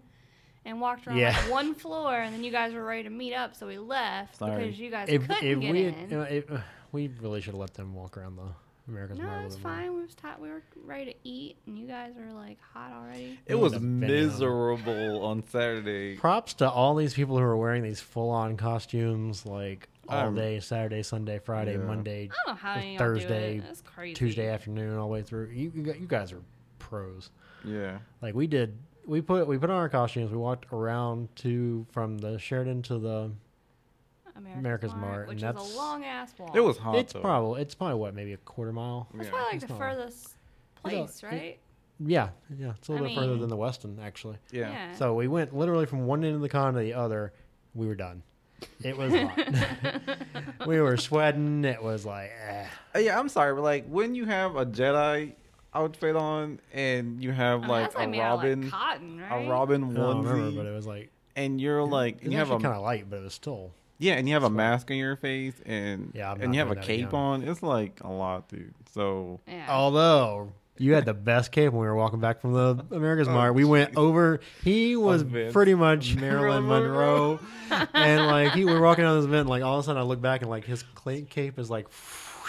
Speaker 4: and walked around
Speaker 5: Yeah.
Speaker 4: like one floor, and then you guys were ready to meet up, so we left
Speaker 3: Sorry.
Speaker 4: because you guys
Speaker 5: If,
Speaker 4: couldn't
Speaker 5: if
Speaker 4: get
Speaker 5: we had,
Speaker 4: in.
Speaker 5: you know, if, uh, we really should have let them walk around the America's Mart a
Speaker 4: no, it's
Speaker 5: little more.
Speaker 4: fine. We was tired. We were ready to eat, and you guys were like hot already.
Speaker 3: It was
Speaker 5: Would've been, um,
Speaker 3: miserable on Saturday.
Speaker 5: Props to all these people who are wearing these full-on costumes like all
Speaker 3: Um,
Speaker 5: day Saturday, Sunday, Friday,
Speaker 3: yeah.
Speaker 5: Monday,
Speaker 4: I don't know how
Speaker 5: It's
Speaker 4: any of y'all
Speaker 5: Thursday,
Speaker 4: do it. That's crazy.
Speaker 5: Tuesday afternoon, all the way through. You you gu- you guys are pros.
Speaker 3: Yeah.
Speaker 5: Like we did, we put we put on our costumes. We walked around to from the Sheridan to the.
Speaker 4: America's,
Speaker 5: America's
Speaker 4: Mart,
Speaker 5: Mart, and
Speaker 4: which
Speaker 5: that's-
Speaker 4: is a long ass walk.
Speaker 3: It was hot.
Speaker 5: it's
Speaker 3: though.
Speaker 5: probably it's probably what maybe a quarter mile.
Speaker 4: That's
Speaker 3: Yeah.
Speaker 4: probably like
Speaker 5: It's
Speaker 4: the
Speaker 5: not-
Speaker 4: furthest place,
Speaker 5: it-
Speaker 4: right?
Speaker 5: Yeah, yeah, it's a little
Speaker 4: I
Speaker 5: bit further
Speaker 4: mean-
Speaker 5: than the Weston actually.
Speaker 3: Yeah.
Speaker 5: So we went literally from one end of the con to the other. We were done. It was hot. we were sweating. It was like, eh.
Speaker 3: Uh, Yeah, I'm sorry, but like when you have a Jedi outfit on and you have
Speaker 4: I mean,
Speaker 3: like
Speaker 4: that's like
Speaker 3: a
Speaker 4: made out of, like,
Speaker 3: Robin,
Speaker 4: cotton, right?
Speaker 3: a Robin
Speaker 5: I don't remember,
Speaker 3: onesie,
Speaker 5: but it was like
Speaker 3: and you're like,
Speaker 5: it
Speaker 3: and
Speaker 5: was
Speaker 3: you have a
Speaker 5: actually kind of light, but it was still.
Speaker 3: yeah, and you have a mask on your face, and
Speaker 5: Yeah, I'm
Speaker 3: and you
Speaker 5: not
Speaker 3: have a
Speaker 5: doing that
Speaker 3: cape
Speaker 5: again.
Speaker 3: on. It's like a lot, dude. So
Speaker 4: Yeah.
Speaker 5: Oh. Although you had the best cape when we were walking back from the America's
Speaker 3: Oh,
Speaker 5: Mart, we went
Speaker 3: jeez.
Speaker 5: over. He was
Speaker 3: Vince.
Speaker 5: pretty much Marilyn Monroe, and like he, we were walking down this event. And, like all of a sudden, I look back and like his cla- cape is like,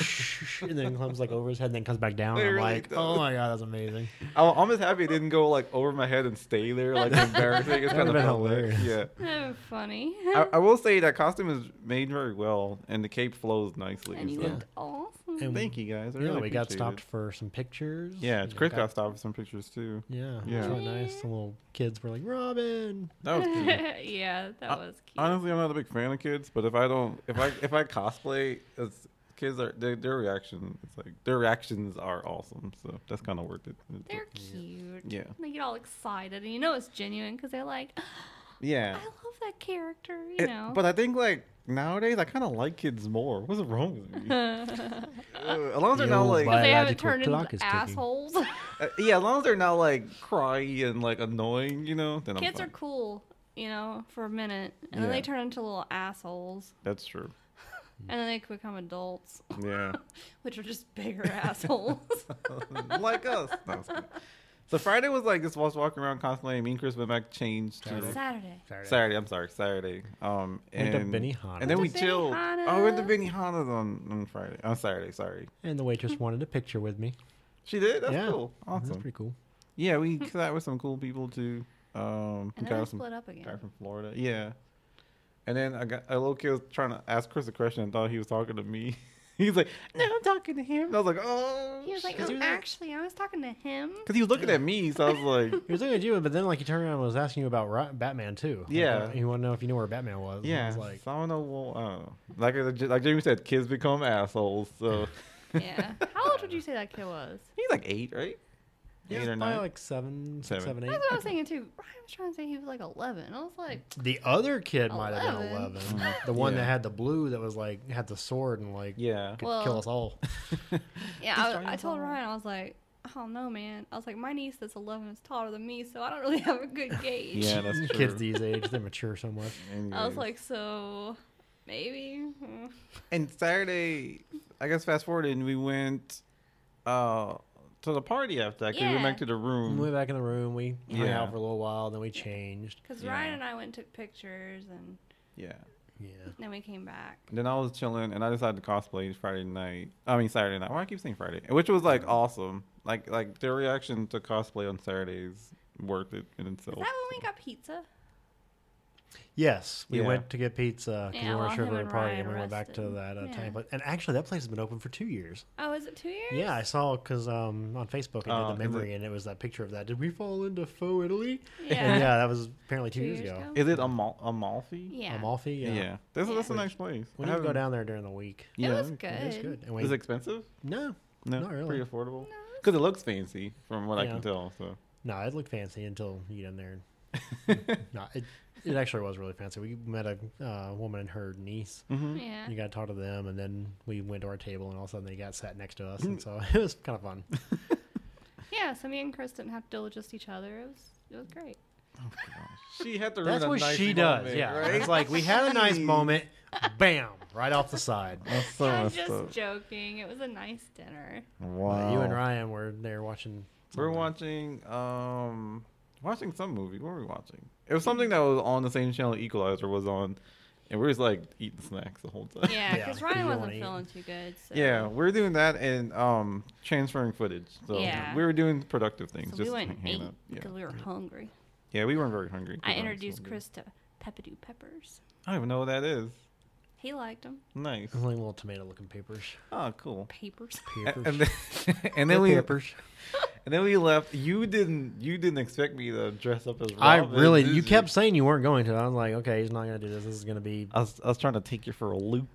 Speaker 5: and then comes like over his head, and then comes back down.
Speaker 3: It
Speaker 5: And I'm
Speaker 3: really
Speaker 5: like,
Speaker 3: does.
Speaker 5: oh my god, that's amazing.
Speaker 3: I- I'm just happy it didn't go like over my head and stay there, like embarrassing. It's
Speaker 5: That
Speaker 3: kind
Speaker 5: would've
Speaker 3: of
Speaker 5: been hilarious.
Speaker 3: Yeah.
Speaker 4: Oh, funny.
Speaker 3: I, I will say that costume is made very well, and the cape flows nicely.
Speaker 4: and you
Speaker 3: so.
Speaker 4: looked awesome.
Speaker 5: And
Speaker 3: Thank you guys. I
Speaker 5: Yeah,
Speaker 3: really
Speaker 5: we got
Speaker 3: appreciate
Speaker 5: stopped
Speaker 3: it.
Speaker 5: for some pictures.
Speaker 3: Yeah,
Speaker 5: You know,
Speaker 3: Chris got stopped for some pictures too.
Speaker 5: Yeah, yeah.
Speaker 3: Yeah.
Speaker 5: It was really nice. The little kids were like, Robin.
Speaker 3: That was cute.
Speaker 4: yeah, that was cute.
Speaker 3: Honestly, I'm not a big fan of kids, but if I don't, if I if I cosplay as kids, are their, their reaction, it's like their reactions are awesome. So that's kind of worth it. It's-
Speaker 4: They're cute.
Speaker 3: Yeah.
Speaker 4: And They get all excited, and you know it's genuine because they're like,
Speaker 3: yeah.
Speaker 4: I love that character, you
Speaker 3: It-
Speaker 4: know.
Speaker 3: but I think like nowadays, I kind of like kids more. What's wrong with me? Uh, as long as they're not
Speaker 5: Yo,
Speaker 3: like,
Speaker 5: bud.
Speaker 4: they haven't
Speaker 5: biological
Speaker 4: turned
Speaker 5: clock
Speaker 4: into
Speaker 5: is ticking.
Speaker 4: assholes.
Speaker 3: uh, yeah, as long as they're not like cryy and like annoying, you know, then I'm
Speaker 4: Kids are
Speaker 3: fine.
Speaker 4: cool, you know, for a minute, and then
Speaker 3: Yeah.
Speaker 4: they turn into little assholes,
Speaker 3: That's true.
Speaker 5: Hmm.
Speaker 4: and then they become adults,
Speaker 3: Yeah.
Speaker 4: which are just bigger assholes.
Speaker 3: like us. No, I was kidding. so Friday was like just was walking around constantly. Me and Chris went back, changed to Saturday.
Speaker 4: Saturday.
Speaker 3: I'm sorry, Saturday. Um,
Speaker 5: Went
Speaker 3: and
Speaker 5: to Benihana.
Speaker 3: and then we
Speaker 4: Went to
Speaker 3: chilled.
Speaker 4: Benihana.
Speaker 3: Oh, we went to Benihana's on on Friday. On Saturday, sorry.
Speaker 5: And the waitress wanted a picture with me.
Speaker 3: She did. That's
Speaker 5: yeah, Mm-hmm.
Speaker 3: cool.
Speaker 5: Oh, That's
Speaker 3: Awesome.
Speaker 5: pretty cool.
Speaker 3: yeah, we sat with some cool people too. Um,
Speaker 4: And
Speaker 3: we
Speaker 4: then
Speaker 3: got
Speaker 4: they
Speaker 3: some
Speaker 4: split up
Speaker 3: guy
Speaker 4: again.
Speaker 3: from Florida. Yeah. And then I got a little kid was trying to ask Chris a question and thought he was talking to me. He's like, "No, I'm talking to him." And I was like, "Oh."
Speaker 4: He was like,
Speaker 3: shit."
Speaker 4: "Oh, actually, I was talking to him.
Speaker 3: Because he was looking at me, so I was like,
Speaker 5: He was looking at you, but then like he turned around and was asking you about Ro- Batman too. Like,
Speaker 3: Yeah.
Speaker 5: uh, he wanted to know if you knew where Batman was. And I
Speaker 3: "Yeah."
Speaker 5: was like,
Speaker 3: so I don't know. Well, I don't know. Like, uh, j- like Jamie said, kids become assholes. So
Speaker 4: Yeah. How old would you say that kid was?
Speaker 3: he's like eight, right?
Speaker 5: yeah,
Speaker 3: eight or
Speaker 5: probably
Speaker 3: nine.
Speaker 5: like seven,
Speaker 3: Seven.
Speaker 5: six, seven,
Speaker 4: That's
Speaker 5: eight.
Speaker 4: what I was thinking too. Ryan was trying to say he was like 11. and I was like,
Speaker 5: The other kid might have been
Speaker 4: Eleven.
Speaker 5: eleven. the one
Speaker 3: Mm-hmm. Yeah.
Speaker 5: that had the blue that was like had the sword and like
Speaker 3: yeah.
Speaker 5: could
Speaker 4: Well-
Speaker 5: kill us all.
Speaker 4: yeah.
Speaker 3: He's
Speaker 4: I,
Speaker 3: talking
Speaker 4: I told
Speaker 3: about-
Speaker 4: Ryan, I was like, I don't know, man. I was like, my niece that's 11 is taller than me, so I don't really have a good gauge.
Speaker 3: Yeah, that's true.
Speaker 5: Kids these age, they mature so much.
Speaker 4: I was
Speaker 3: Anyways.
Speaker 4: like, so maybe. Hmm.
Speaker 3: and Saturday, I guess fast forward, and we went uh to the party after that. 'cause We went
Speaker 4: Yeah.
Speaker 3: back to the
Speaker 5: We
Speaker 3: room.
Speaker 5: went back in the room. We hung
Speaker 3: Mm-hmm. Yeah.
Speaker 5: out for a little while. Then we changed.
Speaker 4: Because
Speaker 3: Yeah.
Speaker 4: Ryan and I went and took pictures and
Speaker 3: Yeah.
Speaker 5: Yeah.
Speaker 4: then we came back.
Speaker 3: Then I was chilling, and I decided to cosplay Friday night. I mean Saturday night. Why do I keep saying Friday? Which was like awesome. Like like their reaction to cosplay on Saturdays worth it in itself.
Speaker 4: Is that when we got pizza?
Speaker 5: Yes, we
Speaker 3: Yeah.
Speaker 5: went to get pizza because
Speaker 4: Yeah,
Speaker 5: we
Speaker 4: while
Speaker 5: weren't sure
Speaker 4: him
Speaker 5: we were
Speaker 4: and
Speaker 5: party,
Speaker 4: Ryan
Speaker 5: and we went back to
Speaker 4: rested.
Speaker 5: that uh,
Speaker 4: Yeah.
Speaker 5: tiny place. And actually, that place has been open for two years.
Speaker 4: Oh, is it two years?
Speaker 5: Yeah, I saw because um, on Facebook I
Speaker 3: Oh,
Speaker 5: did
Speaker 3: is
Speaker 5: the memory, and it was that picture of that. Did we fall into faux Italy?
Speaker 4: Yeah.
Speaker 5: And yeah, that was apparently two, years, ago.
Speaker 3: Is it Amal- Amalfi?
Speaker 4: Yeah.
Speaker 5: Amalfi. Yeah.
Speaker 3: Yeah. That's,
Speaker 4: Yeah.
Speaker 3: that's a nice place.
Speaker 5: We
Speaker 3: I
Speaker 5: need to go
Speaker 3: haven't-
Speaker 5: down there during the week.
Speaker 4: It
Speaker 3: Yeah.
Speaker 4: was
Speaker 5: It
Speaker 4: good.
Speaker 5: is good. And we,
Speaker 3: Is it expensive?
Speaker 5: no,
Speaker 3: No,
Speaker 5: Not really.
Speaker 3: Pretty affordable.
Speaker 4: No, it's-
Speaker 3: Because it looks fancy from what I
Speaker 5: Yeah.
Speaker 3: can tell. So
Speaker 5: no, it looked fancy until you get in there. no, it it actually was really fancy. We met a uh, woman and her niece.
Speaker 4: Yeah.
Speaker 3: Mm-hmm.
Speaker 5: You got to talk to them, and then we went to our table, and all of a sudden they got sat next to us,
Speaker 3: Mm-hmm.
Speaker 5: and so it was kind of fun.
Speaker 4: Yeah, so me and Chris didn't have to deal with just each other. It was it was great.
Speaker 3: She had to ruin
Speaker 5: That's
Speaker 3: a
Speaker 5: what
Speaker 3: nice
Speaker 5: she
Speaker 3: moment,
Speaker 5: does. Yeah,
Speaker 3: right?
Speaker 5: it's like we had a nice
Speaker 3: Jeez.
Speaker 5: moment, bam, right off the side.
Speaker 3: That's so
Speaker 4: I'm
Speaker 3: messed
Speaker 4: just
Speaker 3: up.
Speaker 4: joking. It was a nice dinner.
Speaker 3: Wow.
Speaker 5: You and Ryan were there watching.
Speaker 3: We're watching um watching some movie. What were we watching? It was something that was on the same channel Equalizer was on, and we were just like eating snacks the whole time.
Speaker 5: Yeah,
Speaker 4: Yeah, because
Speaker 5: 'cause you
Speaker 4: Ryan
Speaker 5: don't
Speaker 4: wasn't
Speaker 5: wanna eat.
Speaker 4: feeling too good. So.
Speaker 3: Yeah, we were doing that and um transferring footage. So
Speaker 4: Yeah.
Speaker 3: we were doing productive things.
Speaker 4: So
Speaker 3: just
Speaker 4: we went and
Speaker 3: hanging
Speaker 4: ate
Speaker 3: out. Yeah.
Speaker 4: because we were hungry.
Speaker 3: yeah, we weren't very hungry.
Speaker 4: I
Speaker 3: to be honest
Speaker 4: introduced
Speaker 3: with you.
Speaker 4: Chris to Pepidoo peppers.
Speaker 3: I don't even know what that is.
Speaker 4: He liked them.
Speaker 3: Nice.
Speaker 5: Like little tomato-looking papers.
Speaker 3: Oh, cool.
Speaker 4: Papers.
Speaker 3: A-
Speaker 5: Papers.
Speaker 3: And then, and then we and then we left. You didn't you didn't expect me to dress up as Robin.
Speaker 5: I really,
Speaker 3: did
Speaker 5: you kept saying you weren't going to. I was like, okay, he's not going to do this. This is going to be.
Speaker 3: I was, I was trying to take you for a loop.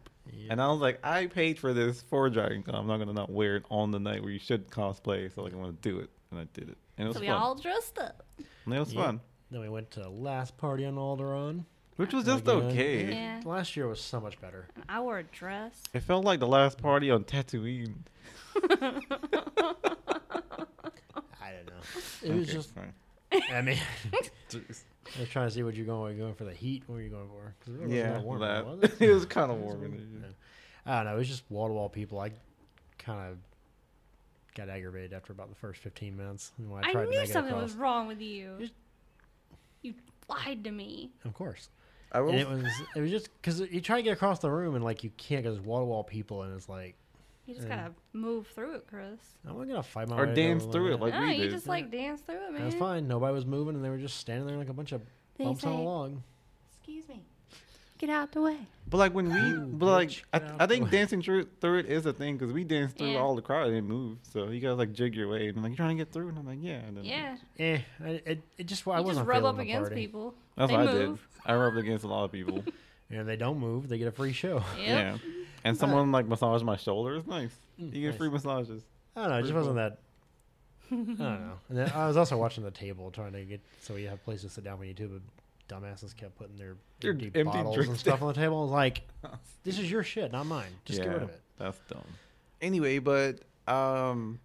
Speaker 3: And I was like, I paid for this for Dragon Con. I'm not gonna not wear it on the night where you should cosplay. So like, I'm gonna do it, and I did it, and it was
Speaker 4: So we
Speaker 3: fun.
Speaker 4: all dressed up.
Speaker 3: And it was
Speaker 5: Yeah.
Speaker 3: fun,
Speaker 5: Then we went to the last party on Alderaan.
Speaker 3: which was just
Speaker 5: Again.
Speaker 3: okay.
Speaker 4: Yeah.
Speaker 5: Last year was so much better.
Speaker 4: And I wore a dress.
Speaker 3: It felt like the last party on Tatooine.
Speaker 5: I don't know. It was just.
Speaker 3: fine.
Speaker 5: I mean,
Speaker 3: Jeez.
Speaker 5: I was trying to see what you're going. Were you going for the heat? What were you going for? 'Cause it really wasn't
Speaker 3: yeah,
Speaker 5: that warm,
Speaker 3: that-
Speaker 5: was
Speaker 3: it was kind of warm. in
Speaker 5: warm.
Speaker 3: there.
Speaker 5: I don't know. It was just wall to wall people. I kind of got aggravated after about the first 15 minutes. and when
Speaker 4: I,
Speaker 5: tried to
Speaker 4: knew
Speaker 5: make it
Speaker 4: something
Speaker 5: across.
Speaker 4: was wrong with you.
Speaker 5: Just-
Speaker 4: You lied to me.
Speaker 5: Of course.
Speaker 3: I will.
Speaker 5: And it was it was just because you try to get across the room and like you can't because there's wall to wall people and it's like
Speaker 4: You just
Speaker 5: Yeah.
Speaker 4: gotta move through it, Chris.
Speaker 5: I'm not gonna fight my
Speaker 3: Or
Speaker 5: way
Speaker 3: dance
Speaker 5: over
Speaker 3: through it,
Speaker 5: that.
Speaker 3: like-
Speaker 4: No,
Speaker 3: we
Speaker 4: you
Speaker 3: did.
Speaker 4: just like dance through it, man.
Speaker 5: That's fine. Nobody was moving and they were just standing there like a bunch of
Speaker 4: They
Speaker 5: bumps on a
Speaker 4: say-
Speaker 5: log.
Speaker 4: Excuse me. Get out the way.
Speaker 3: But like when
Speaker 5: Ooh,
Speaker 3: we, but like
Speaker 5: bitch,
Speaker 3: I,
Speaker 5: get out
Speaker 3: I
Speaker 5: the
Speaker 3: think
Speaker 5: way.
Speaker 3: dancing through through it is a thing because we danced through
Speaker 4: Yeah.
Speaker 3: all the crowd and it moved. So you guys like jig your way and like you're trying to get through, and I'm like, yeah, and then
Speaker 4: Yeah.
Speaker 5: Eh, I, it, it just I
Speaker 4: you
Speaker 5: wasn't
Speaker 4: just rub
Speaker 5: feeling
Speaker 4: up
Speaker 5: the
Speaker 4: against
Speaker 5: party.
Speaker 4: people.
Speaker 3: That's
Speaker 4: they
Speaker 3: what
Speaker 4: move.
Speaker 3: I did. I rubbed against a lot of people.
Speaker 5: And if they don't move, they get a free show.
Speaker 4: Yep.
Speaker 3: Yeah. And someone like massaged my shoulder. It's Mm, nice. You get
Speaker 5: nice.
Speaker 3: free massages.
Speaker 5: I don't know. It just
Speaker 3: Pretty
Speaker 5: wasn't
Speaker 3: cool.
Speaker 5: that. I don't know. And then I was also watching the table, trying to get so you have places to sit down when you do. But dumbasses kept putting their
Speaker 3: Your
Speaker 5: empty,
Speaker 3: empty
Speaker 5: bottles
Speaker 3: drink Oh.
Speaker 5: and stuff on the table. I was Like, this is your shit, not mine. Just get rid of it.
Speaker 3: That's dumb. Anyway, but um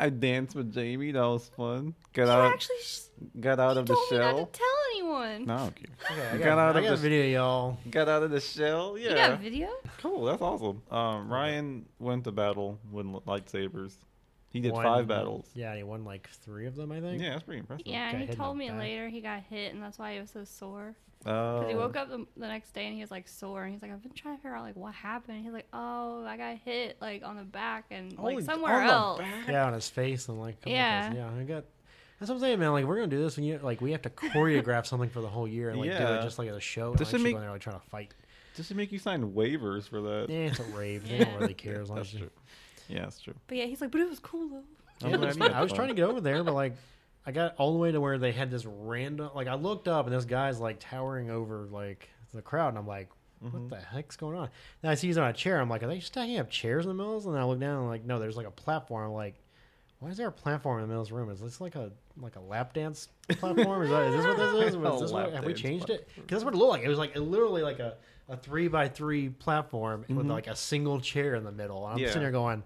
Speaker 3: I danced with Jamie. That was fun. Got
Speaker 4: You
Speaker 3: out
Speaker 4: actually sh-
Speaker 3: got out of the
Speaker 4: told me not to
Speaker 3: shell.
Speaker 4: tell anyone.
Speaker 3: No, I don't care.
Speaker 5: Okay, I
Speaker 3: You
Speaker 5: got,
Speaker 3: got out
Speaker 5: I
Speaker 3: of
Speaker 5: got a
Speaker 3: the-
Speaker 5: video, y'all.
Speaker 3: Got out of the shell.
Speaker 4: You
Speaker 3: Yeah.
Speaker 4: got video?
Speaker 3: Cool. That's awesome. Um Ryan went to battle with l- lightsabers. He did five
Speaker 5: One-
Speaker 3: battles.
Speaker 5: Yeah, he won like three of them, I think.
Speaker 3: Yeah, that's pretty impressive.
Speaker 5: guy
Speaker 4: Yeah, and he
Speaker 5: hit in
Speaker 4: told
Speaker 5: the
Speaker 4: me
Speaker 5: back.
Speaker 4: later he got hit, and that's why he was so sore.
Speaker 3: Oh.
Speaker 4: Because he woke up the, the next day and he was like sore, and he's like, "I've been trying to figure out like what happened." He's like, "Oh, I got hit like on the back and like
Speaker 3: Oh,
Speaker 4: somewhere
Speaker 3: on the
Speaker 4: else."
Speaker 3: back?
Speaker 5: Yeah, on his face and like. a couple
Speaker 4: Yeah.
Speaker 5: places. Yeah, I got. That's what I'm saying, man. Like, we're gonna do this, and you like we have to choreograph something for the whole year, and like do
Speaker 3: Yeah.
Speaker 5: it just like as a show.
Speaker 3: This
Speaker 5: This and
Speaker 3: should
Speaker 5: like,
Speaker 3: make-
Speaker 5: make... go in there like trying to fight.
Speaker 3: Just to make you sign waivers for that.
Speaker 5: Yeah, it's a rave. They
Speaker 4: Yeah.
Speaker 5: don't really care as long
Speaker 3: That's
Speaker 5: as you.
Speaker 3: true. Yeah, that's true.
Speaker 4: But yeah, he's like, "But it was cool though."
Speaker 5: Yeah, it was fun. I was trying to get over there, but like, I got all the way to where they had this random. Like, I looked up and this guy's like towering over like the crowd, and I'm like, what
Speaker 3: Mm-hmm.
Speaker 5: the heck's going on? And I see he's on a chair. I'm like, are they stacking up chairs in the middle? of this? And I look down and like, no, there's like a platform. I'm like, why is there a platform in the middle of this room? Is this like a like a lap dance platform? Is, that, is this what this is?
Speaker 3: A
Speaker 5: Is this what-
Speaker 3: lap
Speaker 5: have we
Speaker 3: dance
Speaker 5: changed it? Because that's what it looked like. It was like it literally like a, a three by three platform with like a single chair in the middle. And I'm
Speaker 3: Mm-hmm. Yeah.
Speaker 5: sitting there going,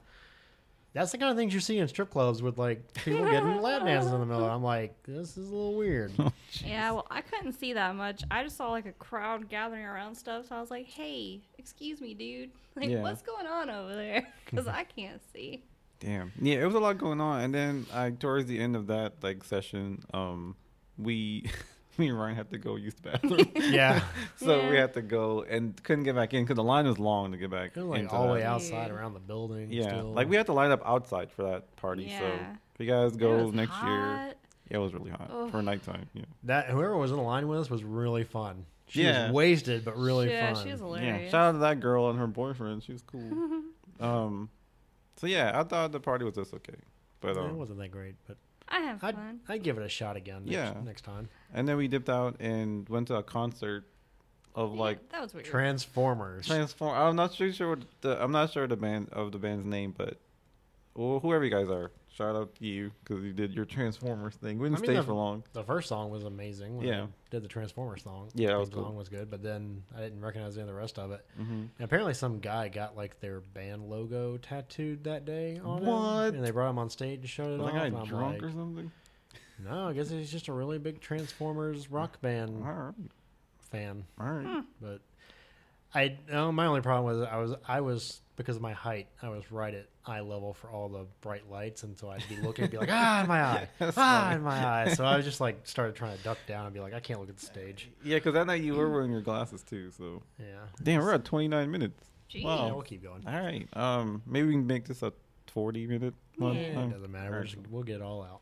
Speaker 5: that's the kind of things you see in strip clubs with like people getting lap dances in the middle. I'm like, this is a little weird.
Speaker 4: Yeah, well, I couldn't see that much. I just saw like a crowd gathering around stuff, so I was like, "Hey, excuse me, dude. Like,
Speaker 3: Yeah.
Speaker 4: what's going on over there? Because I can't see."
Speaker 3: Damn. Yeah, it was a lot going on, and then like towards the end of that like session, um, we me and Ryan had to go use the bathroom.
Speaker 5: yeah.
Speaker 3: so we
Speaker 4: Yeah.
Speaker 3: had to go and couldn't get back in because the line was long to get back.
Speaker 5: It was like
Speaker 3: into
Speaker 5: all the way
Speaker 3: that.
Speaker 5: outside around the building.
Speaker 3: Yeah,
Speaker 5: still.
Speaker 3: like we had to line up outside for that party. So
Speaker 4: Yeah.
Speaker 3: if you guys
Speaker 4: It
Speaker 3: go
Speaker 4: was
Speaker 3: next year,
Speaker 4: hot.
Speaker 3: yeah, it was really hot
Speaker 4: Ugh.
Speaker 3: for nighttime. Yeah,
Speaker 5: that whoever was in the line with us was really fun. She
Speaker 3: Yeah.
Speaker 5: was wasted but really
Speaker 4: yeah,
Speaker 5: fun.
Speaker 4: she was
Speaker 3: yeah.
Speaker 4: hilarious.
Speaker 3: Shout out to that girl and her boyfriend. She was cool. um, so yeah, I thought the party was just okay, but
Speaker 5: Yeah, it
Speaker 3: um,
Speaker 5: wasn't that great, but
Speaker 4: I have
Speaker 5: I'd,
Speaker 4: fun.
Speaker 5: I'd give it a shot again next,
Speaker 3: Yeah.
Speaker 5: next time.
Speaker 3: and then we dipped out and went to a concert of
Speaker 4: Yeah,
Speaker 3: like
Speaker 4: that was weird.
Speaker 5: Transformers.
Speaker 3: Transform. I'm not too sure. What the, I'm not sure the band of the band's name, but well, whoever you guys are, shout out to you because you did your Transformers thing. We didn't
Speaker 5: I mean,
Speaker 3: stay
Speaker 5: the-
Speaker 3: for long.
Speaker 5: the first song was amazing. When
Speaker 3: Yeah.
Speaker 5: I did the Transformers song.
Speaker 3: Yeah, that was
Speaker 5: the
Speaker 3: cool.
Speaker 5: song was good, but then I didn't recognize any of the rest of it.
Speaker 3: Mhm.
Speaker 5: And apparently, some guy got like their band logo tattooed that day on him,
Speaker 3: What?
Speaker 5: and they brought him on stage and showed it
Speaker 3: Was
Speaker 5: off.
Speaker 3: that guy
Speaker 5: and I'm
Speaker 3: drunk
Speaker 5: like,
Speaker 3: or something?
Speaker 5: No, I guess he's just a really big Transformers rock band
Speaker 3: All right,
Speaker 5: fan.
Speaker 3: all right.
Speaker 4: Hmm.
Speaker 5: But I no, my only problem was I was I was because of my height I was right at eye level for all the bright lights, and so I'd be looking and be like ah in my eye
Speaker 3: That's
Speaker 5: ah
Speaker 3: funny.
Speaker 5: in my eye. So I was just like started trying to duck down and be like I can't look at the stage.
Speaker 3: Yeah, because that night you were wearing your glasses too. So
Speaker 5: Yeah.
Speaker 3: damn, we're at 29 minutes.
Speaker 4: Jeez.
Speaker 5: Yeah,
Speaker 3: Wow.
Speaker 5: we'll keep going.
Speaker 3: All right. Um, maybe we can make this a 40 minute one.
Speaker 4: Yeah.
Speaker 5: It
Speaker 3: Um,
Speaker 5: doesn't matter. We'll, just, we'll get it all out.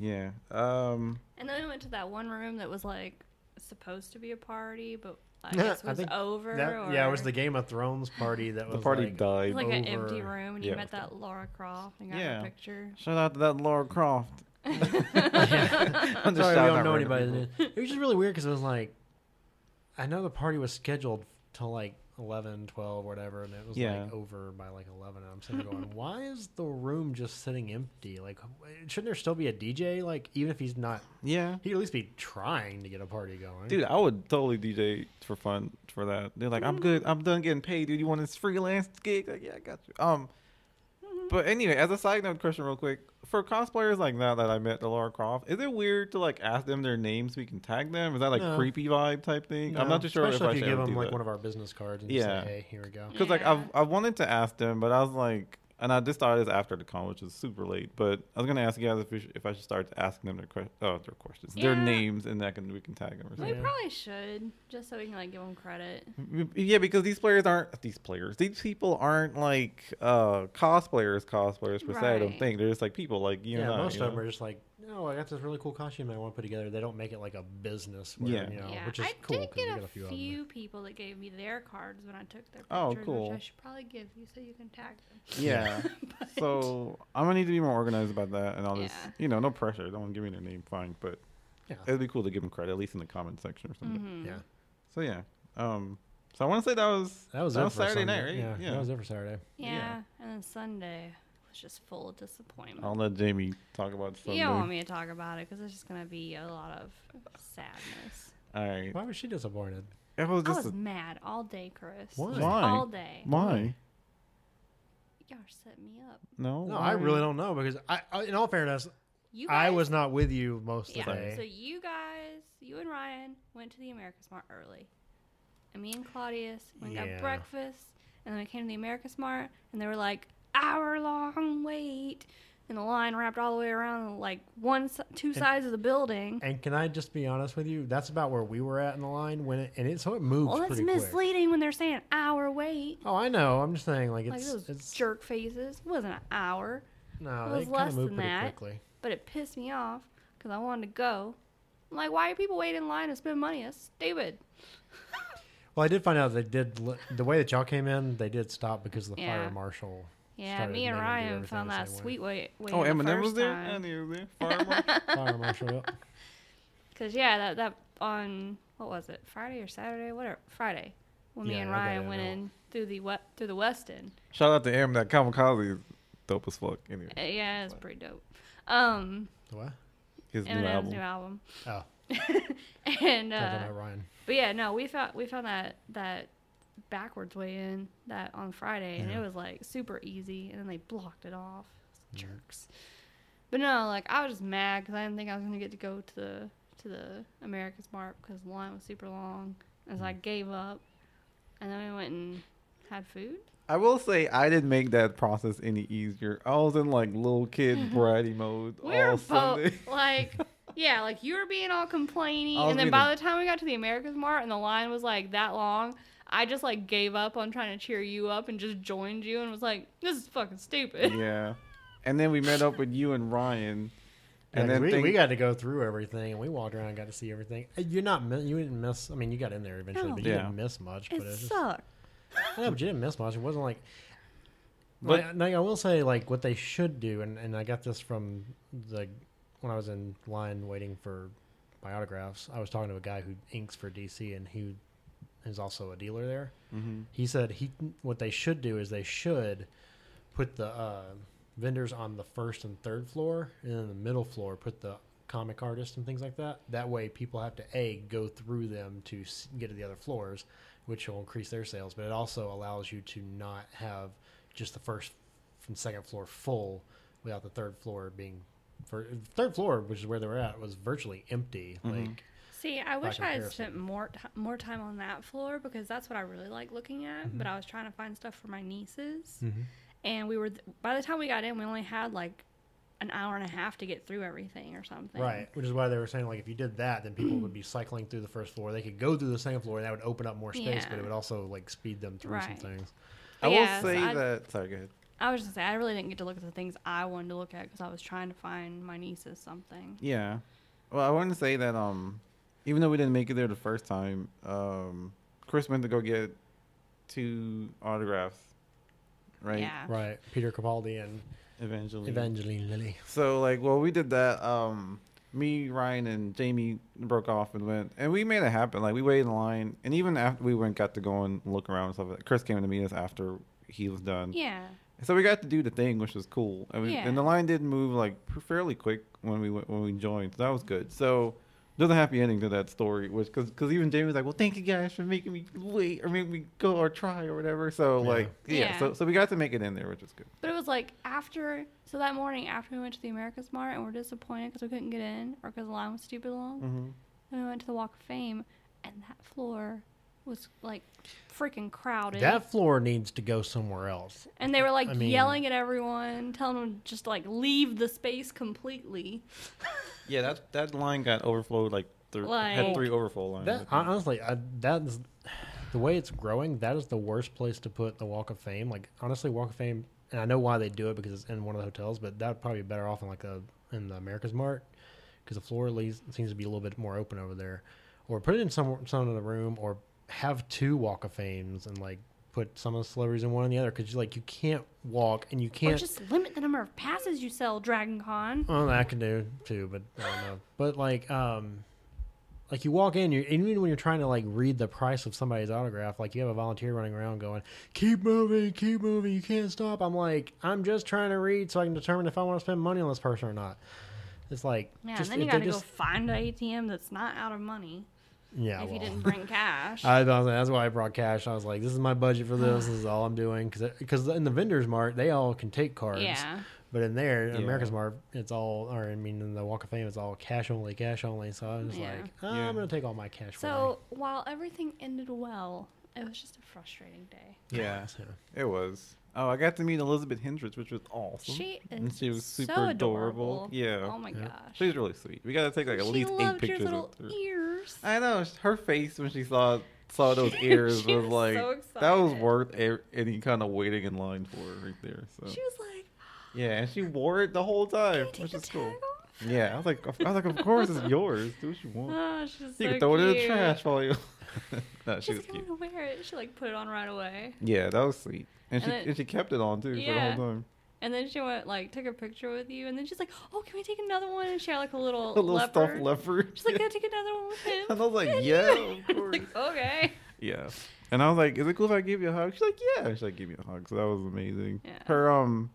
Speaker 3: yeah. Um,
Speaker 4: And then we went to that one room that was like supposed to be a party, but I guess was over.
Speaker 5: that-
Speaker 4: or...
Speaker 5: Yeah, it was the Game of Thrones party that
Speaker 3: the
Speaker 5: was
Speaker 3: party
Speaker 5: like,
Speaker 4: It
Speaker 3: died.
Speaker 4: was like an
Speaker 5: over.
Speaker 4: empty room, and you
Speaker 3: Yeah.
Speaker 4: met that Laura Croft and got
Speaker 3: Yeah.
Speaker 4: her picture.
Speaker 3: Shout out to that Laura Croft. I'm just
Speaker 5: Sorry,
Speaker 3: shouting
Speaker 5: we don't
Speaker 3: out
Speaker 5: know
Speaker 3: random
Speaker 5: anybody.
Speaker 3: people.
Speaker 5: that- It was just really weird because it was like, I know the party was scheduled till like 11, 12, whatever, and it was
Speaker 3: Yeah.
Speaker 5: like over by like 11. And I'm sitting there going, why is the room just sitting empty? Like, w- shouldn't there still be a DJ? Like, even if he's not,
Speaker 3: Yeah.
Speaker 5: he'd at least be trying to get a party going.
Speaker 3: Dude, I would totally DJ for fun for that. They're like, I'm good. I'm done getting paid, dude. You want this freelance gig? Like, yeah, I got you. Um, but anyway, as a side note question, real quick, for cosplayers like that that I met, the Laura Croft, is it weird to like ask them their names so we can tag them? Is that like
Speaker 5: No.
Speaker 3: creepy vibe type thing? I'm
Speaker 5: No,
Speaker 3: not too sure
Speaker 5: Especially
Speaker 3: if,
Speaker 5: if
Speaker 3: I
Speaker 5: you
Speaker 3: should
Speaker 5: give
Speaker 3: ever
Speaker 5: him
Speaker 3: do
Speaker 5: like
Speaker 3: that.
Speaker 5: one of our business cards and
Speaker 3: Yeah.
Speaker 5: say, hey, here we go.
Speaker 3: because like
Speaker 4: Yeah.
Speaker 3: I've, I wanted to ask them, but I was like, and I just started this after the con, which is super late. But I was gonna ask you guys if, we should, if I should start asking them their que- uh, their questions, their
Speaker 4: Yeah.
Speaker 3: names, and that can we can tag them or
Speaker 4: We
Speaker 3: something.
Speaker 5: Yeah.
Speaker 4: probably should just so we can like give them credit.
Speaker 3: Yeah, because these players aren't these players. These people aren't like uh cosplayers, cosplayers per se. I don't
Speaker 4: Right.
Speaker 3: think they're just like people, like you
Speaker 5: Yeah,
Speaker 3: and I,
Speaker 5: most
Speaker 3: you
Speaker 5: of them
Speaker 3: know?
Speaker 5: are just like, no, I got this really cool costume I want to put together. They don't make it like a business, where,
Speaker 3: Yeah.
Speaker 5: you know,
Speaker 4: yeah,
Speaker 5: which is
Speaker 4: I
Speaker 5: cool
Speaker 4: did
Speaker 5: 'cause we
Speaker 4: get
Speaker 5: got
Speaker 4: a
Speaker 5: of them.
Speaker 4: few people that gave me their cards when I took their pictures,
Speaker 3: Oh,
Speaker 4: which
Speaker 3: cool.
Speaker 4: I should probably give you so you can tag them.
Speaker 3: Yeah.
Speaker 4: But-
Speaker 3: so I'm gonna need to be more organized about that, and I'll just
Speaker 4: Yeah.
Speaker 3: you know, no pressure. Don't want to give me their name, fine, but
Speaker 5: Yeah.
Speaker 3: it'd be cool to give them credit, at least in the comment section or
Speaker 4: Mm-hmm.
Speaker 3: something.
Speaker 5: Yeah.
Speaker 3: So yeah. Um. So I want to say that was
Speaker 5: That was, it for
Speaker 3: Saturday
Speaker 5: Sunday.
Speaker 3: night, right?
Speaker 5: Yeah, that was it for Saturday.
Speaker 4: yeah.
Speaker 3: yeah.
Speaker 4: and then Sunday was just full of disappointment.
Speaker 3: I'll let Jamie talk about Sunday.
Speaker 4: You don't want me to talk about it because it's just gonna be a lot of sadness.
Speaker 3: All right.
Speaker 5: Why was she disappointed?
Speaker 3: It was
Speaker 4: I
Speaker 3: just
Speaker 4: was
Speaker 3: a-
Speaker 4: mad all day, Chris.
Speaker 5: Why?
Speaker 4: Just
Speaker 3: Why?
Speaker 4: All day.
Speaker 3: why?
Speaker 4: Y'all are setting me up.
Speaker 3: No.
Speaker 5: No, I
Speaker 3: why?
Speaker 5: really don't know because I, I in all fairness,
Speaker 4: You guys,
Speaker 5: I was not with you most of the
Speaker 4: Yeah.
Speaker 5: day.
Speaker 4: So you guys, you and Ryan went to the America's Mart early, and me and Claudius went and
Speaker 5: Yeah.
Speaker 4: got breakfast, and then we came to the America's Mart, and they were like hour long wait, and the line wrapped all the way around like one si- two sides of the building.
Speaker 5: and can I just be honest with you? That's about where we were at in the line when it and it so it moves
Speaker 4: Well, that's
Speaker 5: pretty quick.
Speaker 4: misleading when they're saying hour wait.
Speaker 5: Oh, I know. I'm just saying, like
Speaker 4: Like
Speaker 5: it's
Speaker 4: those
Speaker 5: it's
Speaker 4: jerk faces. It wasn't an hour.
Speaker 5: no,
Speaker 4: it was
Speaker 5: it kind
Speaker 4: less
Speaker 5: of moved
Speaker 4: than
Speaker 5: pretty
Speaker 4: that.
Speaker 5: quickly.
Speaker 4: but it pissed me off because I wanted to go. I'm like, why are people waiting in line to spend money? That's stupid.
Speaker 5: Well, I did find out they did li- the way that y'all came in. They did stop because the
Speaker 4: Yeah.
Speaker 5: fire marshal.
Speaker 4: Yeah,
Speaker 5: started
Speaker 4: me
Speaker 5: making
Speaker 4: and
Speaker 5: them do
Speaker 4: Ryan
Speaker 5: everything
Speaker 4: found
Speaker 5: the
Speaker 4: that
Speaker 5: same way.
Speaker 4: sweet way. way
Speaker 3: Oh,
Speaker 4: the
Speaker 3: Eminem was
Speaker 4: first
Speaker 3: there.
Speaker 4: time.
Speaker 3: And he was there. Fire marshal.
Speaker 5: fire marshal. Yep.
Speaker 4: Cause yeah, that that on what was it Friday or Saturday? Whatever Friday, when me
Speaker 5: Yeah,
Speaker 4: and
Speaker 5: I got
Speaker 4: Ryan
Speaker 5: it
Speaker 4: went
Speaker 5: out.
Speaker 4: in through the we- through the West End.
Speaker 3: Shout out to Am that kamikaze is dope as fuck. Anyway,
Speaker 4: Uh, Yeah, it's pretty dope. Um,
Speaker 5: What?
Speaker 3: his new
Speaker 4: Eminem's
Speaker 3: album.
Speaker 4: new album.
Speaker 5: Oh,
Speaker 4: And
Speaker 5: talking
Speaker 4: uh,
Speaker 5: about Ryan.
Speaker 4: but yeah, no, we found we found that that backwards way in that on Friday, and it was like super easy, and then they blocked it off. Jerks. But no, like I was just mad because I didn't think I was gonna get to go to the to the America's Mart because the line was super long, and so I gave up. And then we went and had food.
Speaker 3: I will say I didn't make that process any easier. I was in like little kid bratty mode
Speaker 4: We
Speaker 3: all
Speaker 4: were
Speaker 3: Sunday.
Speaker 4: both like, yeah, like you were being all complaining,
Speaker 3: I was
Speaker 4: and then
Speaker 3: being
Speaker 4: by
Speaker 3: a-
Speaker 4: the time we got to the America's Mart and the line was like that long, I just like gave up on trying to cheer you up and just joined you and was like, this is fucking stupid.
Speaker 3: yeah, and then we met up with you and Ryan,
Speaker 5: And
Speaker 3: and then
Speaker 5: we,
Speaker 3: thing-
Speaker 5: we got to go through everything, and we walked around, and got to see everything. Uh, You're not, mi- you didn't miss. I mean, you got in there eventually,
Speaker 4: No.
Speaker 5: but you
Speaker 3: Yeah.
Speaker 5: didn't miss much. But
Speaker 4: Oh. It
Speaker 5: it's just,
Speaker 4: sucked.
Speaker 5: I know, but you didn't miss much. It wasn't like.
Speaker 3: But-
Speaker 5: But like, like, I will say, like what they should do, and, and I got this from the when I was in line waiting for my autographs. I was talking to a guy who inks for DC, and he is also a dealer there. Mm-hmm. He said he what they should do is they should put the uh, vendors on the first and third floor, and then the middle floor put the comic artists and things like that. That way, people have to a go through them to s- get to the other floors, which will increase their sales. But it also allows you to not have just the first and second floor full, without the third floor being for third floor, which is where they were at, was virtually empty. Like
Speaker 4: See, I wish I had
Speaker 5: comparison.
Speaker 4: spent more t- more time on that floor because that's what I really like looking at. But
Speaker 3: Mm-hmm.
Speaker 4: I was trying to find stuff for my nieces, and we were th- by the time we got in, we only had like an hour and a half to get through everything or something.
Speaker 5: right, which is why they were saying like if you did that, then people would be cycling through the first floor. They could go through the second floor, and that would open up more space, but
Speaker 4: Yeah.
Speaker 5: it would also like speed them through some
Speaker 4: Right.
Speaker 5: things.
Speaker 3: I will
Speaker 4: Yes,
Speaker 3: say
Speaker 4: I-
Speaker 3: that. Sorry, go ahead.
Speaker 4: I was just gonna say I really didn't get to look at the things I wanted to look at because I was trying to find my nieces something.
Speaker 3: Yeah. Well, I want to say that um, even though we didn't make it there the first time, um, Chris went to go get two autographs, right?
Speaker 4: Yeah.
Speaker 5: Right, Peter Capaldi and
Speaker 3: Eventually.
Speaker 5: Evangeline Lilly.
Speaker 3: So like, well, we did that. Um, me, Ryan, and Jamie broke off and went, and we made it happen. Like we waited in line, and even after we went, got to go and look around and stuff. like that, Chris came to meet us after he was done.
Speaker 4: Yeah.
Speaker 3: So we got to do the thing, which was cool. And, we,
Speaker 4: Yeah.
Speaker 3: and the line did move like fairly quick when we went, when we joined. So that was good. So there's a happy ending to that story, which because because even Jamie was like, "Well, thank you guys for making me wait or making me go or try or whatever." So
Speaker 5: Yeah.
Speaker 3: like, yeah.
Speaker 4: Yeah.
Speaker 3: So so we got to make it in there, which was good.
Speaker 4: But it was like after, so that morning after we went to the America's Mart and we're disappointed because we couldn't get in or because the line was stupid long,
Speaker 5: Mm-hmm.
Speaker 4: then we went to the Walk of Fame and that floor was like freaking crowded.
Speaker 5: That floor needs to go somewhere else.
Speaker 4: and they were like
Speaker 5: I mean-
Speaker 4: yelling at everyone, telling them to just like leave the space completely.
Speaker 3: Yeah, that that line got overflowed like. Th- had
Speaker 4: Like-
Speaker 3: three overflow lines.
Speaker 5: That
Speaker 3: I
Speaker 5: hon-
Speaker 3: think.
Speaker 5: honestly, I, that is the way it's growing. That is the worst place to put the Walk of Fame. Like honestly, Walk of Fame, and I know why they do it because it's in one of the hotels, but that would probably be better off in like a in the America's Mart because the floor at least seems to be a little bit more open over there. Or put it in some some of the room, or have two Walk of Fames and like put some of the celebrities in one and the other because like you can't walk and you
Speaker 4: Or
Speaker 5: can't.
Speaker 4: just limit the number of passes you sell, Dragon Con.
Speaker 5: Well, that can do too, but I don't know. But like, um, like you walk in, you even when you're trying to like read the price of somebody's autograph, like you have a volunteer running around going, "Keep moving, keep moving, you can't stop." I'm like, I'm just trying to read so I can determine if I want to spend money on this person or not. It's like,
Speaker 4: Yeah,
Speaker 5: just,
Speaker 4: and then you
Speaker 5: if they
Speaker 4: gotta go
Speaker 5: just-
Speaker 4: find an ATM that's not out of money
Speaker 5: yeah,
Speaker 4: if you
Speaker 5: well.
Speaker 4: didn't bring cash.
Speaker 3: Uh,
Speaker 5: I, was like, that's why I brought cash. I was like, this is my budget for this. this is all I'm doing because in the vendors mart they all can take cards.
Speaker 4: Yeah.
Speaker 5: But in there, in
Speaker 3: Yeah.
Speaker 5: America's Mart, it's all, or I mean, in the Walk of Fame, it's all cash only, cash only. So I was
Speaker 4: Yeah.
Speaker 5: like,
Speaker 3: Yeah.
Speaker 5: I'm gonna take all my cash.
Speaker 4: So while everything ended well, it was just a frustrating day.
Speaker 3: yeah,
Speaker 5: for me. So,
Speaker 3: it was. Oh, I got to meet Elizabeth Hendricks, which was awesome.
Speaker 4: She is
Speaker 3: and she was super
Speaker 4: so
Speaker 3: adorable.
Speaker 4: adorable.
Speaker 3: Yeah.
Speaker 4: Oh my
Speaker 5: Yeah.
Speaker 4: gosh.
Speaker 3: She's really sweet. We got to take like at
Speaker 4: she
Speaker 3: least eight
Speaker 4: loved
Speaker 3: pictures.
Speaker 4: your
Speaker 3: of
Speaker 4: little
Speaker 3: her.
Speaker 4: ears.
Speaker 3: I know her face when she saw saw those ears
Speaker 4: she
Speaker 3: was
Speaker 4: was
Speaker 3: like
Speaker 4: so
Speaker 3: that was
Speaker 4: excited.
Speaker 3: worth e- any kind of waiting in line for right there. So
Speaker 4: She was like,
Speaker 3: yeah, and she wore it the whole time,
Speaker 4: "Take
Speaker 3: which
Speaker 4: the
Speaker 3: is cool.
Speaker 4: tag off."
Speaker 3: Yeah, I was like, I was like, of course it's yours. Do what you want.
Speaker 4: Oh, she's so
Speaker 3: You can throw it in the
Speaker 4: cute.
Speaker 3: trash while you. no, she was
Speaker 4: She's like, I'm
Speaker 3: cute.
Speaker 4: gonna wear it. She like put it on right away,
Speaker 3: Yeah, that was sweet, and,
Speaker 4: And
Speaker 3: she
Speaker 4: it-
Speaker 3: and she kept it on too for
Speaker 4: Yeah.
Speaker 3: the whole time.
Speaker 4: and then she went like took a picture with you, and then she's like, "Oh, can we take another one?" And she had like a little,
Speaker 3: A little
Speaker 4: leopard.
Speaker 3: stuffed leopard.
Speaker 4: She's like, "Can I take another one with him?"
Speaker 3: and I was like,
Speaker 4: And
Speaker 3: yeah,
Speaker 4: you-
Speaker 3: of
Speaker 4: I
Speaker 3: course.
Speaker 4: was like, okay.
Speaker 3: Yeah. And I was like, "Is it cool if I give you a hug?" She's like, "Yeah." She's like, "Give me a hug." So that was amazing.
Speaker 4: Yeah.
Speaker 3: Her um,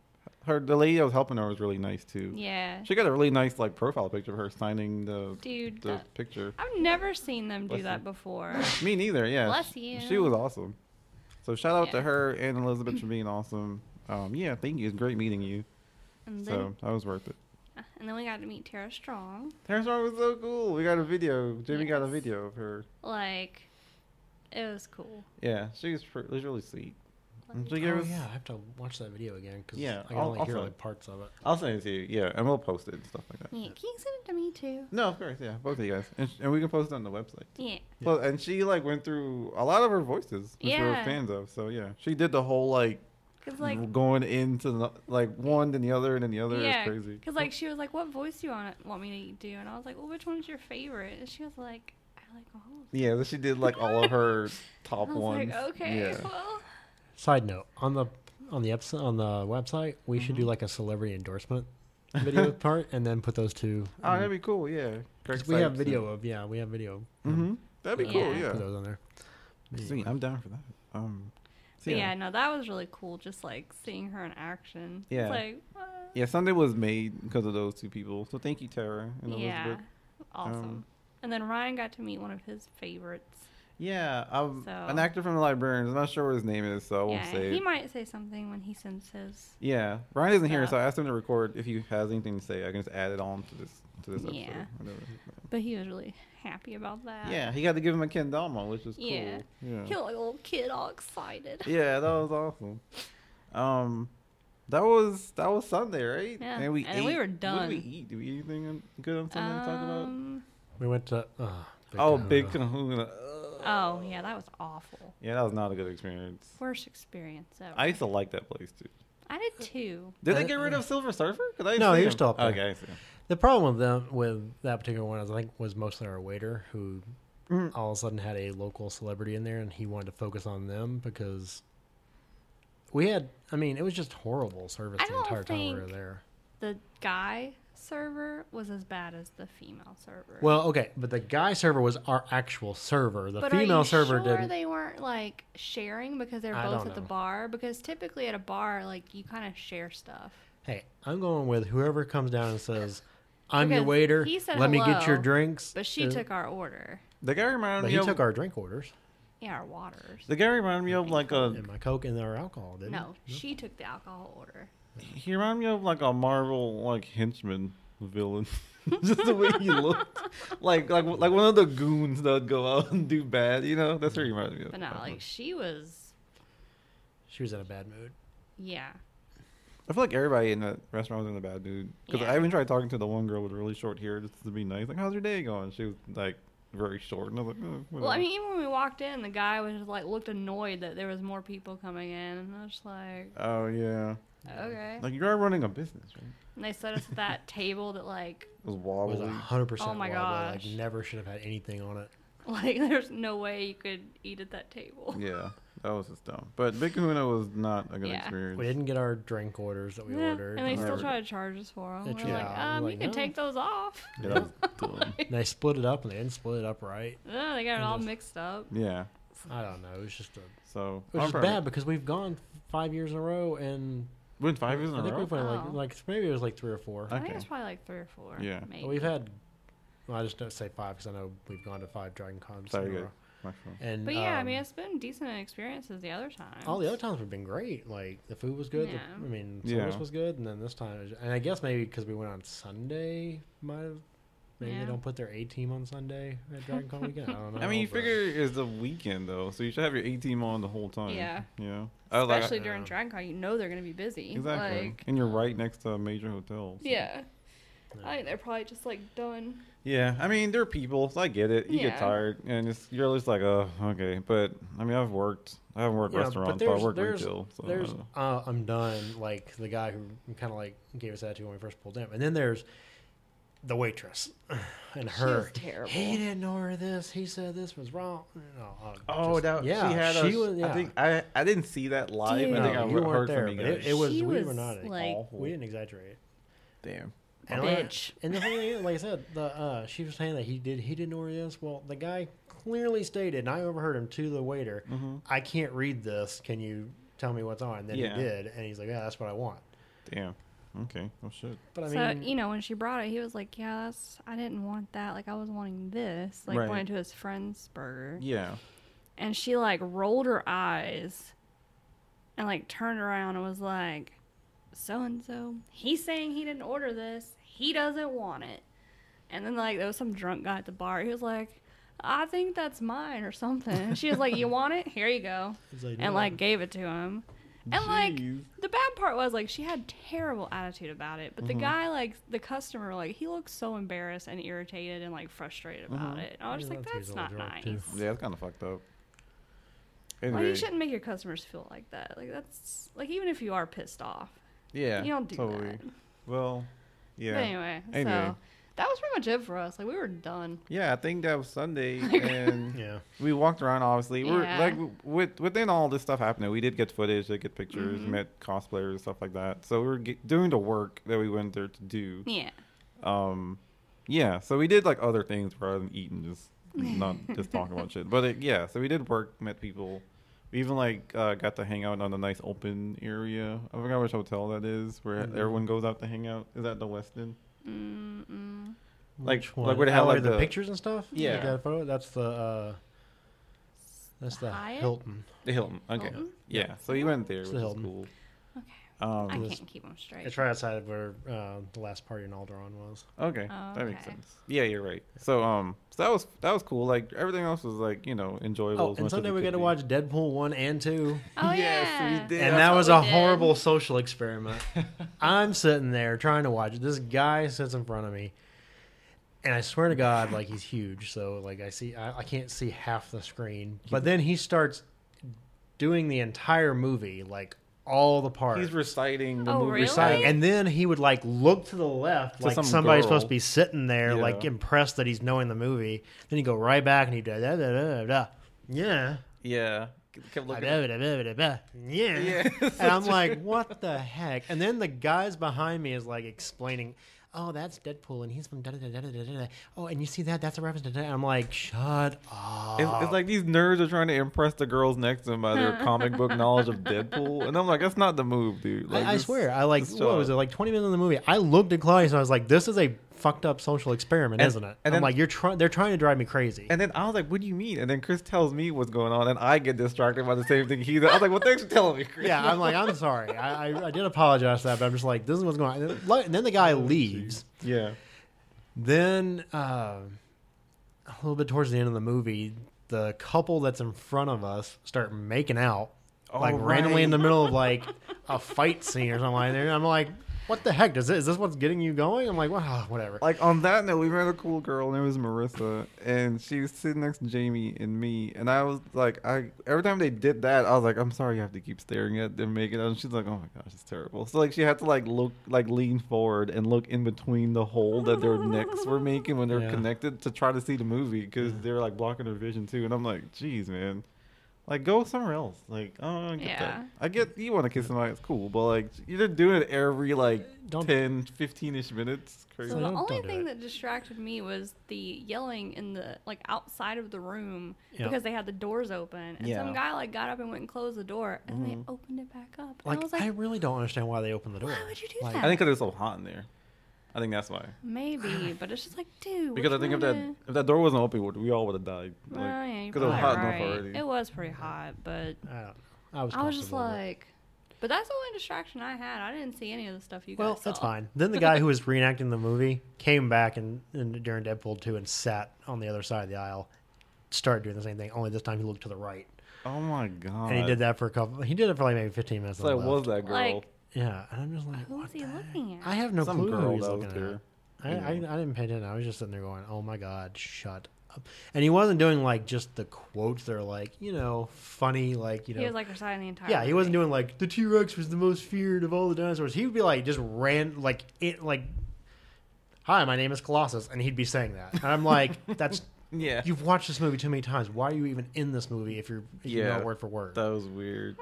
Speaker 3: her the lady that was helping her was really nice too.
Speaker 4: Yeah,
Speaker 3: She got a really nice like profile picture of her signing the
Speaker 4: dude.
Speaker 3: the
Speaker 4: that-
Speaker 3: picture.
Speaker 4: I've never seen them do
Speaker 3: Bless
Speaker 4: that
Speaker 3: you.
Speaker 4: before.
Speaker 3: Me neither. Yeah.
Speaker 4: Bless
Speaker 3: She-
Speaker 4: you.
Speaker 3: She was awesome. So shout out to
Speaker 4: Yeah.
Speaker 3: her and Elizabeth for being awesome. Um, yeah, thank you. It's great meeting you.
Speaker 4: And then, uh,
Speaker 3: So that was worth it.
Speaker 4: and then we got to meet Tara Strong.
Speaker 3: Her song was so cool. We got a video. Jamie got a
Speaker 4: Yes.
Speaker 3: video of her.
Speaker 4: Like, it was cool.
Speaker 3: Yeah, she was, pr- was really sweet. And she
Speaker 5: oh,
Speaker 3: gave us-
Speaker 5: yeah, I have to watch that video again because
Speaker 3: Yeah,
Speaker 5: I can
Speaker 3: I'll-
Speaker 5: only
Speaker 3: I'll
Speaker 5: hear
Speaker 3: send
Speaker 5: like
Speaker 3: it.
Speaker 5: parts of it.
Speaker 3: I'll send it to you. Yeah, and we'll post it and stuff like that.
Speaker 4: Yeah, can you send it to me too?
Speaker 3: No, of course, yeah, both of you guys, and, sh- and we can post it on the website.
Speaker 4: Yeah.
Speaker 3: Well, and she like went through a lot of her voices, which we were
Speaker 4: Yeah.
Speaker 3: fans of. So yeah, she did the whole like,
Speaker 4: Cause like
Speaker 3: going into the, like one then the other and then the other.
Speaker 4: yeah,
Speaker 3: It's crazy.
Speaker 4: Cause like she was like, "What voice do you want want me to do?" And I was like, "Well, which one's your favorite?" And she was like, "I like all of them."
Speaker 3: yeah, then she did like all of her top
Speaker 4: I was
Speaker 3: ones.
Speaker 4: like, "Okay,
Speaker 3: Yeah.
Speaker 4: well."
Speaker 5: Side note on the on the episode on the website, we should
Speaker 3: Mm-hmm.
Speaker 5: do like a celebrity endorsement video part and then put those two.
Speaker 3: Oh, that'd be cool. Yeah. Greg
Speaker 5: 'cause we have
Speaker 3: Sykes
Speaker 5: video of yeah, we have video.
Speaker 3: And, hmm That'd be
Speaker 4: Yeah.
Speaker 3: cool.
Speaker 4: Yeah.
Speaker 5: Put
Speaker 3: Yeah.
Speaker 5: those on there.
Speaker 3: See, I'm down for that. Um. so,
Speaker 4: But yeah. no, that was really cool. Just like seeing her in action.
Speaker 3: Yeah.
Speaker 4: It's like, what?
Speaker 3: Yeah, Sunday was made because of those two people. So thank you, Tara and
Speaker 4: yeah,
Speaker 3: Elizabeth.
Speaker 4: awesome.
Speaker 3: Um,
Speaker 4: and then Ryan got to meet one of his favorites.
Speaker 3: Yeah, um,
Speaker 4: So-
Speaker 3: an actor from The Librarians. I'm not sure what his name is, so I won't
Speaker 4: yeah,
Speaker 3: say.
Speaker 4: he
Speaker 3: it.
Speaker 4: might say something when he sends his.
Speaker 3: Yeah, Ryan isn't here, so
Speaker 4: stuff.
Speaker 3: I asked him to record if he has anything to say. I can just add it on to this to this episode.
Speaker 4: Yeah.
Speaker 3: whatever.
Speaker 4: But he was really happy about that.
Speaker 3: Yeah, he got to give him a kendama, which is
Speaker 4: Uh, Yeah.
Speaker 3: cool. Yeah.
Speaker 4: He looked like a little kid, all excited.
Speaker 3: Yeah, that was awesome. Um, that was that was Sunday, right?
Speaker 4: Yeah, and we were
Speaker 3: What
Speaker 4: done.
Speaker 3: did we eat? Did we eat anything on- good on Sunday to talk about?
Speaker 4: Um,
Speaker 5: We went to oh,
Speaker 3: Oh,
Speaker 5: Kahuna.
Speaker 4: Uh,
Speaker 3: Big Kahuna. Ugh.
Speaker 4: oh yeah, that was awful.
Speaker 3: Yeah, that was not a good experience.
Speaker 4: Worst experience ever.
Speaker 3: I used to like that place too.
Speaker 4: I did too.
Speaker 3: Did
Speaker 5: Uh,
Speaker 3: they get rid of Silver Surfer? 'Cause I didn't
Speaker 5: No,
Speaker 3: see
Speaker 5: he
Speaker 3: him.
Speaker 5: was still up there.
Speaker 3: Okay, I see. him.
Speaker 5: The problem with them with that particular one, I think, was mostly our waiter who
Speaker 3: Mm-hmm.
Speaker 5: all of a sudden had a local celebrity in there, and he wanted to focus on them because we had. I mean, it was just horrible service
Speaker 4: I
Speaker 5: the
Speaker 4: don't
Speaker 5: entire time we were
Speaker 4: think-
Speaker 5: there.
Speaker 4: The guy server was as bad as the female server.
Speaker 5: Well, okay, but the guy server was our actual server. The
Speaker 4: but
Speaker 5: female
Speaker 4: are you
Speaker 5: server
Speaker 4: sure
Speaker 5: didn't.
Speaker 4: they weren't like sharing because they're
Speaker 5: I
Speaker 4: both
Speaker 5: don't
Speaker 4: at the
Speaker 5: know.
Speaker 4: bar? Because typically at a bar, like you kind of share stuff.
Speaker 5: Hey, I'm going with whoever comes down and says, "I'm your
Speaker 4: Because
Speaker 5: waiter.
Speaker 4: he said
Speaker 5: Let me get your
Speaker 4: hello,
Speaker 5: drinks."
Speaker 4: But she
Speaker 5: Uh,
Speaker 4: took our order.
Speaker 3: The guy reminded
Speaker 5: But
Speaker 3: me
Speaker 5: he
Speaker 3: of
Speaker 5: took our drink orders
Speaker 4: Yeah, our waters.
Speaker 3: the guy reminded me of like a
Speaker 5: and my coke and our alcohol, didn't
Speaker 4: No,
Speaker 5: he?
Speaker 4: she took the alcohol order.
Speaker 3: he reminded me of like a Marvel like henchman villain. Just the way he looked, like like like one of the goons that would go out and do bad. You know, that's what he reminded me of.
Speaker 4: But no, like she was,
Speaker 5: She was in a bad mood.
Speaker 4: yeah.
Speaker 3: I feel like everybody in the restaurant was in a bad mood because
Speaker 4: Yeah.
Speaker 3: I even tried talking to the one girl with really short hair just to be nice. Like, how's your day going? She was like very short, and I was like, "Eh,
Speaker 4: Well, I
Speaker 3: whatever."
Speaker 4: mean, even when we walked in, the guy was just like looked annoyed that there was more people coming in, and I was just like,
Speaker 3: oh yeah,
Speaker 4: okay.
Speaker 3: like you are running a business, right?
Speaker 4: And they set us at that table that like,
Speaker 3: It was
Speaker 5: It was
Speaker 3: wobbly.
Speaker 5: hundred percent.
Speaker 4: Oh my
Speaker 5: Like
Speaker 4: gosh.
Speaker 5: never should have had anything on it.
Speaker 4: like there's no way you could eat at that table.
Speaker 3: Yeah, that was just dumb. But Big Kahuna was not a good
Speaker 4: Yeah.
Speaker 3: experience.
Speaker 5: We didn't get our drink orders that we
Speaker 4: Yeah,
Speaker 5: ordered.
Speaker 4: and they
Speaker 3: Alright.
Speaker 4: still try to charge us for them.
Speaker 5: They
Speaker 4: We're
Speaker 5: try-
Speaker 4: like,
Speaker 5: Yeah, I'm
Speaker 4: um,
Speaker 5: like,
Speaker 4: you can
Speaker 5: no.
Speaker 4: take those off.
Speaker 3: Yeah, that was dumb.
Speaker 5: And they split it up, and they didn't split it up right.
Speaker 4: No, they got it all
Speaker 5: just-
Speaker 4: mixed up.
Speaker 3: Yeah.
Speaker 5: I don't know. It was just a.
Speaker 3: So
Speaker 5: It
Speaker 3: I'm
Speaker 5: was just
Speaker 3: probably-
Speaker 5: bad because we've gone five years in a row, and
Speaker 3: Win five years in
Speaker 5: I
Speaker 3: a
Speaker 5: think
Speaker 3: row.
Speaker 5: we've went
Speaker 4: Oh.
Speaker 5: like like maybe it was like three or four.
Speaker 4: I
Speaker 3: Okay.
Speaker 4: think it's probably like three or four.
Speaker 3: Yeah. But
Speaker 4: maybe.
Speaker 5: But we've had. Well, I just don't say five because I know we've gone to five Dragon Cons.
Speaker 3: Sorry,
Speaker 5: in a
Speaker 3: good.
Speaker 5: row.
Speaker 3: My phone.
Speaker 5: And
Speaker 4: But yeah, I
Speaker 5: um,
Speaker 4: mean, it's been decent experiences the other time.
Speaker 5: all the other times have been great. Like the food was good. the-
Speaker 4: Yeah.
Speaker 5: I mean,
Speaker 3: Yeah.
Speaker 5: service was good, and then this time, it was- and I guess maybe because we went on Sunday, might have maybe
Speaker 4: Yeah.
Speaker 5: they don't put their A team on Sunday at Dragon Con weekend. I don't know.
Speaker 3: I mean, you
Speaker 5: but-
Speaker 3: figure it's the weekend though, so you should have your A team on the whole time.
Speaker 4: Yeah.
Speaker 3: You know, I was like-
Speaker 4: especially
Speaker 5: I-
Speaker 4: during
Speaker 5: yeah.
Speaker 4: Dragon Con, you know they're gonna be busy.
Speaker 3: exactly,
Speaker 4: Like,
Speaker 3: and you're right next to a major hotel. so-
Speaker 4: yeah.
Speaker 5: Yeah.
Speaker 4: I think they're probably just like done.
Speaker 3: Yeah, I mean, they're people, so I get it. You get
Speaker 4: Yeah.
Speaker 3: tired, and it's you're just like, oh, okay. But I mean, I've worked, I haven't worked
Speaker 5: Yeah,
Speaker 3: restaurants, but, I
Speaker 5: there's-
Speaker 3: worked
Speaker 5: there's-
Speaker 3: retail. So I
Speaker 5: there's
Speaker 3: don't know.
Speaker 5: uh, I'm done. Like the guy who kind of like gave us that to when we first pulled in, and then there's the waitress and
Speaker 4: She
Speaker 5: her.
Speaker 4: was terrible.
Speaker 5: He didn't order this. He said this was wrong. No, uh,
Speaker 3: Oh,
Speaker 5: just-
Speaker 3: that
Speaker 5: yeah,
Speaker 3: she had. a,
Speaker 5: was. Yeah.
Speaker 3: I think I I didn't see that live.
Speaker 4: Dude.
Speaker 3: I think
Speaker 5: No,
Speaker 3: I
Speaker 5: you
Speaker 3: heard
Speaker 5: weren't there,
Speaker 3: from you
Speaker 5: but
Speaker 3: guys.
Speaker 5: it, it was
Speaker 4: She
Speaker 5: we were
Speaker 4: was,
Speaker 5: not
Speaker 4: like-
Speaker 3: Awful.
Speaker 5: we didn't exaggerate.
Speaker 3: Damn.
Speaker 5: And
Speaker 4: Bitch.
Speaker 5: Like, and the thing is, like I said, the uh, she was saying that he did he didn't order this. Well, the guy clearly stated, and I overheard him to the waiter, "I can't read this. Can you tell me what's on?" And then
Speaker 3: Mm-hmm. Yeah.
Speaker 5: he did, and he's like, "Yeah, that's what I want."
Speaker 3: Damn. Okay. Oh shit.
Speaker 5: But I
Speaker 3: e-
Speaker 5: mean,
Speaker 4: so you know, when she brought it, he was like, "Yeah, that's, I didn't want that. Like, I was wanting this. Like,
Speaker 3: Right.
Speaker 4: went to his friend's burger."
Speaker 3: Yeah.
Speaker 4: And she like rolled her eyes, and like turned around and was like, "So and so, he's saying he didn't order this. He doesn't want it." And then like there was some drunk guy at the bar. He was like. I think that's mine or something. And she was like, "You want it? Here you go."
Speaker 5: he's like,
Speaker 4: and
Speaker 5: "No."
Speaker 4: like gave it to him. And like
Speaker 3: Jeez.
Speaker 4: the bad part was like she had terrible attitude about it,
Speaker 3: Mm-hmm.
Speaker 4: but the guy like the customer like he looked so embarrassed and irritated and like frustrated about
Speaker 3: Mm-hmm.
Speaker 4: it. And I was
Speaker 5: Yeah,
Speaker 4: just like
Speaker 5: that's
Speaker 4: that's
Speaker 5: usually
Speaker 4: not
Speaker 5: drunk,
Speaker 4: nice.
Speaker 5: too.
Speaker 3: Yeah, it's kind of fucked up.
Speaker 4: Like
Speaker 3: Anyway,
Speaker 4: you shouldn't make your customers feel like that. Like that's like even if you are pissed off.
Speaker 3: yeah,
Speaker 4: you don't do that.
Speaker 3: Well, yeah,
Speaker 4: But anyway,
Speaker 3: Anyway.
Speaker 4: so that was pretty much it for us. Like we were done.
Speaker 3: yeah. I think that was Sunday, and
Speaker 5: Yeah.
Speaker 3: we walked around. Obviously, we're
Speaker 4: Yeah.
Speaker 3: like with within all this stuff happening, we did get footage, did get pictures,
Speaker 4: Mm-hmm.
Speaker 3: met cosplayers and stuff like that. So we were get, doing the work that we went there to do.
Speaker 4: Yeah.
Speaker 3: Um, yeah. So we did like other things rather than eating, just not just talking about shit. But it, yeah, so we did work, met people. We even like uh, got to hang out on a nice open area. I forgot which hotel that is where
Speaker 5: Mm-hmm.
Speaker 3: everyone goes out to hang out. Is that the Westin? Like-
Speaker 5: Which
Speaker 3: like where they had,
Speaker 5: Oh,
Speaker 3: like,
Speaker 5: the,
Speaker 3: the-
Speaker 5: pictures and stuff.
Speaker 3: Yeah.
Speaker 5: Like that photo. That's the uh, That's the
Speaker 4: Hyatt?
Speaker 5: Hilton.
Speaker 3: The Hilton. Okay.
Speaker 4: Hilton?
Speaker 3: Yeah. So he went there,
Speaker 5: It's
Speaker 3: which
Speaker 5: the
Speaker 3: is
Speaker 5: Hilton.
Speaker 3: cool.
Speaker 4: Oh. Mm-hmm. Okay. I
Speaker 3: Um,
Speaker 4: can't keep them straight.
Speaker 5: It's right outside of where uh, the last party in Alderaan was.
Speaker 3: okay,
Speaker 4: Oh,
Speaker 3: that makes
Speaker 4: okay.
Speaker 3: sense. Yeah, you're right. So um, so that was that was cool. Like everything else was like you know enjoyable. as
Speaker 5: Oh,
Speaker 3: much
Speaker 5: and
Speaker 3: as
Speaker 5: Sunday
Speaker 3: it
Speaker 5: we
Speaker 3: could
Speaker 5: got to
Speaker 3: be.
Speaker 5: watch Deadpool one and two,
Speaker 4: Oh
Speaker 3: Yes, we
Speaker 4: yeah.
Speaker 3: did.
Speaker 5: and
Speaker 4: That's
Speaker 5: that
Speaker 4: what
Speaker 5: was
Speaker 4: we
Speaker 5: a
Speaker 4: did.
Speaker 5: horrible social experiment. I'm sitting there trying to watch it. This guy sits in front of me, and I swear to God, like he's huge. So like I see, I, I can't see half the screen. But then he starts doing the entire movie, like all the parts.
Speaker 3: He's reciting the
Speaker 4: Oh,
Speaker 3: movie.
Speaker 4: really?
Speaker 5: Exciting. And then he would like look to the left,
Speaker 3: To
Speaker 5: like
Speaker 3: some
Speaker 5: somebody's
Speaker 3: girl.
Speaker 5: supposed to be sitting there,
Speaker 3: Yeah.
Speaker 5: like impressed that he's knowing the movie. Then he'd go right back and he'd da da da da da. Yeah.
Speaker 3: Yeah. Kept
Speaker 5: Da,
Speaker 3: looking.
Speaker 5: da, da, da, da, da. Yeah.
Speaker 3: Yeah.
Speaker 5: And I'm like, what the heck? And then the guys behind me is like explaining, oh, that's Deadpool and he's from da da da da da da. da. Oh, and you see that? That's a reference to da. I'm like, shut up.
Speaker 3: It's, it's like these nerds are trying to impress the girls next to them by their comic book knowledge of Deadpool, and I'm like, that's not the move, dude. Like,
Speaker 5: I, I
Speaker 3: just-
Speaker 5: swear, I like
Speaker 3: just
Speaker 5: what
Speaker 3: chill
Speaker 5: was it
Speaker 3: out.
Speaker 5: like twenty minutes in the movie? I looked at Claudius and I was like, "This is a fucked up social experiment,
Speaker 3: And-
Speaker 5: isn't it?"
Speaker 3: and
Speaker 5: I'm
Speaker 3: then-
Speaker 5: like, "You're trying. They're trying to drive me crazy."
Speaker 3: And then I was like, "What do you mean?" And then Chris tells me what's going on, and I get distracted by the same thing he's. I was like, "Well, thanks for telling me, Chris."
Speaker 5: yeah, I'm like, "I'm sorry. I, I, I did apologize for that, but I'm just like, this is what's going on." And then, like- and then the guy
Speaker 3: Oh,
Speaker 5: leaves.
Speaker 3: yeah.
Speaker 5: Then uh, a little bit towards the end of the movie, the couple that's in front of us start making out
Speaker 3: Oh,
Speaker 5: like randomly in the
Speaker 3: right.
Speaker 5: middle of like a fight scene or something like that. And I'm like, "What the heck? Does this, is this what's getting you going?" I'm like, "Wow, whatever."
Speaker 3: Like on that note, we met a cool girl. Her name was Marissa, and she was sitting next to Jamie and me. And I was like, I every time they did that, I was like, I'm sorry, you have to keep staring at them making out. And she's like, Oh my gosh, it's terrible. So like, she had to like look, like lean forward and look in between the hole that their necks were making when they're
Speaker 5: Yeah.
Speaker 3: connected to try to see the movie because they were like blocking her vision too. And I'm like, Jeez, man. Like go somewhere else. Like I don't get
Speaker 4: Yeah.
Speaker 3: that. I get you want to kiss somebody, it's cool, but like you're doing it every like
Speaker 5: Don't-
Speaker 3: 10, 15 ish minutes. Crazy.
Speaker 4: So the
Speaker 5: Don't-
Speaker 4: only
Speaker 5: don't do
Speaker 4: thing
Speaker 5: it.
Speaker 4: that distracted me was the yelling in the like outside of the room
Speaker 5: Yeah.
Speaker 4: because they had the doors open and
Speaker 3: Yeah.
Speaker 4: some guy like got up and went and closed the door and they opened it back up. And
Speaker 5: Mm. Like
Speaker 4: I
Speaker 5: I,
Speaker 4: was like,
Speaker 5: really don't understand why they opened the door.
Speaker 4: would you do
Speaker 5: Like,
Speaker 4: that?
Speaker 3: I think because it's so hot in there. I think that's why.
Speaker 4: maybe, but it's just like, dude.
Speaker 3: Because I
Speaker 4: we're
Speaker 3: think if that
Speaker 4: trying to-
Speaker 3: if that door wasn't open, we all would have died.
Speaker 4: Oh yeah, you're
Speaker 3: because it was
Speaker 4: probably
Speaker 3: hot
Speaker 4: right.
Speaker 3: enough already.
Speaker 4: It was pretty hot, but
Speaker 5: I don't know. I was.
Speaker 4: I was just
Speaker 5: comfortable with it.
Speaker 4: like, but that's the only distraction I had. I didn't see any of the stuff you
Speaker 5: well,
Speaker 4: guys
Speaker 5: that's
Speaker 4: saw.
Speaker 5: fine. Then the guy who was reenacting the movie came back and, and during Deadpool two and sat on the other side of the aisle, started doing the same thing. Only this time he looked to the right,
Speaker 3: oh my god!
Speaker 5: and he did that for a couple. He did it for like maybe fifteen minutes.
Speaker 3: So it
Speaker 5: and left.
Speaker 3: was that girl.
Speaker 4: Like-
Speaker 5: Yeah, and I'm just like,
Speaker 4: Who
Speaker 5: what
Speaker 4: was he
Speaker 5: the heck?
Speaker 4: looking at?
Speaker 5: I have no
Speaker 3: Some
Speaker 5: clue
Speaker 3: girl
Speaker 5: who he's
Speaker 3: that was
Speaker 5: looking at.
Speaker 3: there.
Speaker 5: I,
Speaker 3: You
Speaker 5: I, I didn't pay attention. I was just sitting there going, "Oh my god, shut up!" And he wasn't doing like just the quotes. They're like, you know, funny, like you know,
Speaker 4: He was like reciting the entire.
Speaker 5: Yeah, he
Speaker 4: movie.
Speaker 5: wasn't doing like the T Rex was the most feared of all the dinosaurs. He would be like just ran like it like, "Hi, my name is Colossus," and he'd be saying that, and I'm like, "That's
Speaker 3: yeah,
Speaker 5: you've watched this movie too many times. Why are you even in this movie if you're if you know
Speaker 3: Yeah.
Speaker 5: it word for word?"
Speaker 3: that was weird.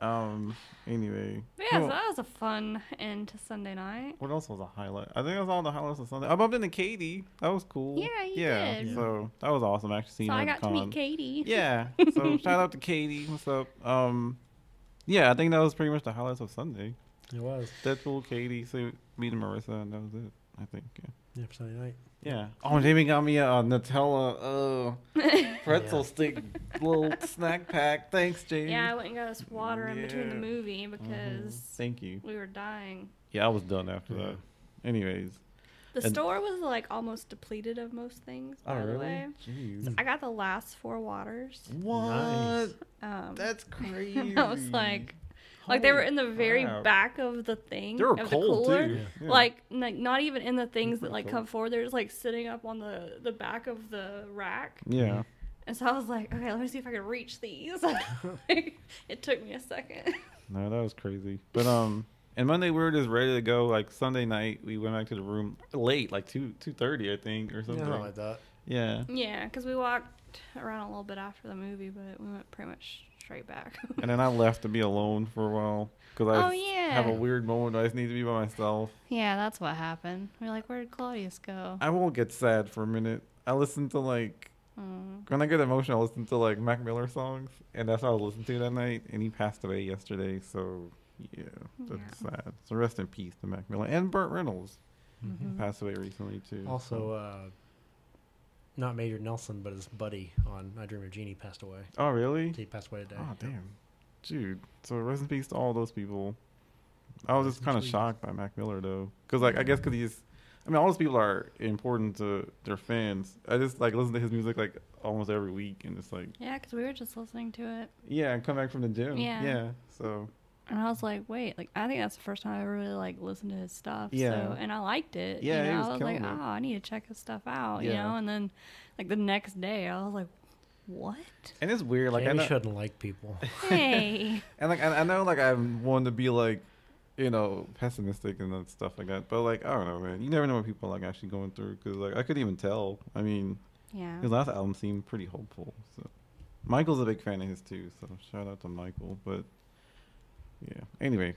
Speaker 3: Um. Anyway.
Speaker 4: But yeah, so
Speaker 3: Well,
Speaker 4: that was a fun end to Sunday night.
Speaker 3: what else was a highlight? I think that was all the highlights of Sunday. I bumped into Katie. That was cool.
Speaker 4: Yeah, you
Speaker 3: yeah.
Speaker 4: did.
Speaker 3: So that was awesome. Actually, seeing
Speaker 4: So I
Speaker 3: her
Speaker 4: got
Speaker 3: at
Speaker 4: to
Speaker 3: con.
Speaker 4: meet Katie.
Speaker 3: Yeah. So shout out to Katie. What's up? Um. Yeah, I think that was pretty much the highlights of Sunday.
Speaker 5: It was
Speaker 3: Deadpool, Katie, so me and Marissa, and that was it. I think. Yeah.
Speaker 5: yeah, for Sunday night.
Speaker 3: Yeah. Oh, Jamie got me a, uh Nutella uh, pretzel
Speaker 5: Yeah.
Speaker 3: stick little snack pack. Thanks, Jamie.
Speaker 4: Yeah, I went and got us water in between the
Speaker 3: Yeah. Mm-hmm.
Speaker 4: movie because
Speaker 3: Thank you.
Speaker 4: we were dying.
Speaker 3: Yeah, I was done after
Speaker 5: Yeah.
Speaker 3: that. Anyways.
Speaker 4: The
Speaker 3: And-
Speaker 4: store was like almost depleted of most things.
Speaker 3: Oh,
Speaker 4: By the
Speaker 3: really?
Speaker 4: way,
Speaker 3: Jeez.
Speaker 4: I got the last four waters.
Speaker 3: What?
Speaker 5: Nice.
Speaker 4: Um,
Speaker 3: Mm. That's crazy.
Speaker 4: I was like, like they were in the very
Speaker 3: crap.
Speaker 4: back of the thing.
Speaker 3: They were
Speaker 4: of
Speaker 3: cold,
Speaker 4: the cooler.
Speaker 3: too. Yeah.
Speaker 4: Like, like not even in the things that
Speaker 3: pretty
Speaker 4: like
Speaker 3: cold.
Speaker 4: come forward. They're just like sitting up on the the back of the rack.
Speaker 3: Yeah.
Speaker 4: And so I was like, okay, let me see if I can reach these. it took me a second.
Speaker 3: No, that was crazy. But um, and Monday we were just ready to go. Like Sunday night, we went back to the room late, like two two thirty, I think, or something.
Speaker 5: Something like that.
Speaker 3: yeah.
Speaker 4: Yeah, because we walked around a little bit after the movie, but we went pretty much straight back.
Speaker 3: And then I left to be alone for a while because I
Speaker 4: Oh,
Speaker 3: s-
Speaker 4: yeah.
Speaker 3: have a weird moment. I just need to be by myself.
Speaker 4: yeah, that's what happened. We are like, where did Claudius go?
Speaker 3: I won't get sad for a minute. I listen to like
Speaker 4: Mm.
Speaker 3: when I get emotional, I listen to like Mac Miller songs, and that's what I was listening to that night. And he passed away yesterday, so yeah, that's sad. So rest in peace to
Speaker 4: Mm-hmm.
Speaker 3: Mac Miller and Burt Reynolds. He Passed away recently too.
Speaker 5: Also, uh, not Major Nelson, but his buddy on I Dream of Jeannie passed away.
Speaker 3: Oh, really?
Speaker 5: He passed away today.
Speaker 3: Oh, damn. Dude. So rest in peace to all those people. I was
Speaker 5: Rest
Speaker 3: just
Speaker 5: in
Speaker 3: kind of
Speaker 5: peace.
Speaker 3: shocked by Mac Miller, though. Because, like, I guess because he's. I mean, all those people are important to their fans. I just, like, listen to his music, like, almost every week. And it's like,
Speaker 4: Yeah, because we were just listening to it,
Speaker 3: yeah, I come back from the gym.
Speaker 4: Yeah.
Speaker 3: Yeah. So,
Speaker 4: and I was like, "Wait, like I think that's the first time I ever really like listened to his stuff."
Speaker 3: Yeah.
Speaker 4: So, and I liked it.
Speaker 3: Yeah,
Speaker 4: you
Speaker 3: he
Speaker 4: know?
Speaker 3: was
Speaker 4: I was like,
Speaker 3: killing it.
Speaker 4: "Oh, I need to check his stuff out," you
Speaker 3: Yeah.
Speaker 4: know. And then, like the next day, I was like, "What?
Speaker 3: and it's weird. Like, I
Speaker 5: Jamie
Speaker 3: know,
Speaker 5: shouldn't like people.
Speaker 4: Hey,
Speaker 3: And like I, I know, like I'm one to be like, you know, pessimistic and that stuff like that. But like I don't know, man. You never know what people like actually going through. Cause like I couldn't even tell. I mean,
Speaker 4: yeah."
Speaker 3: his last album seemed pretty hopeful. So Michael's a big fan of his too. So shout out to Michael. But yeah. Anyway,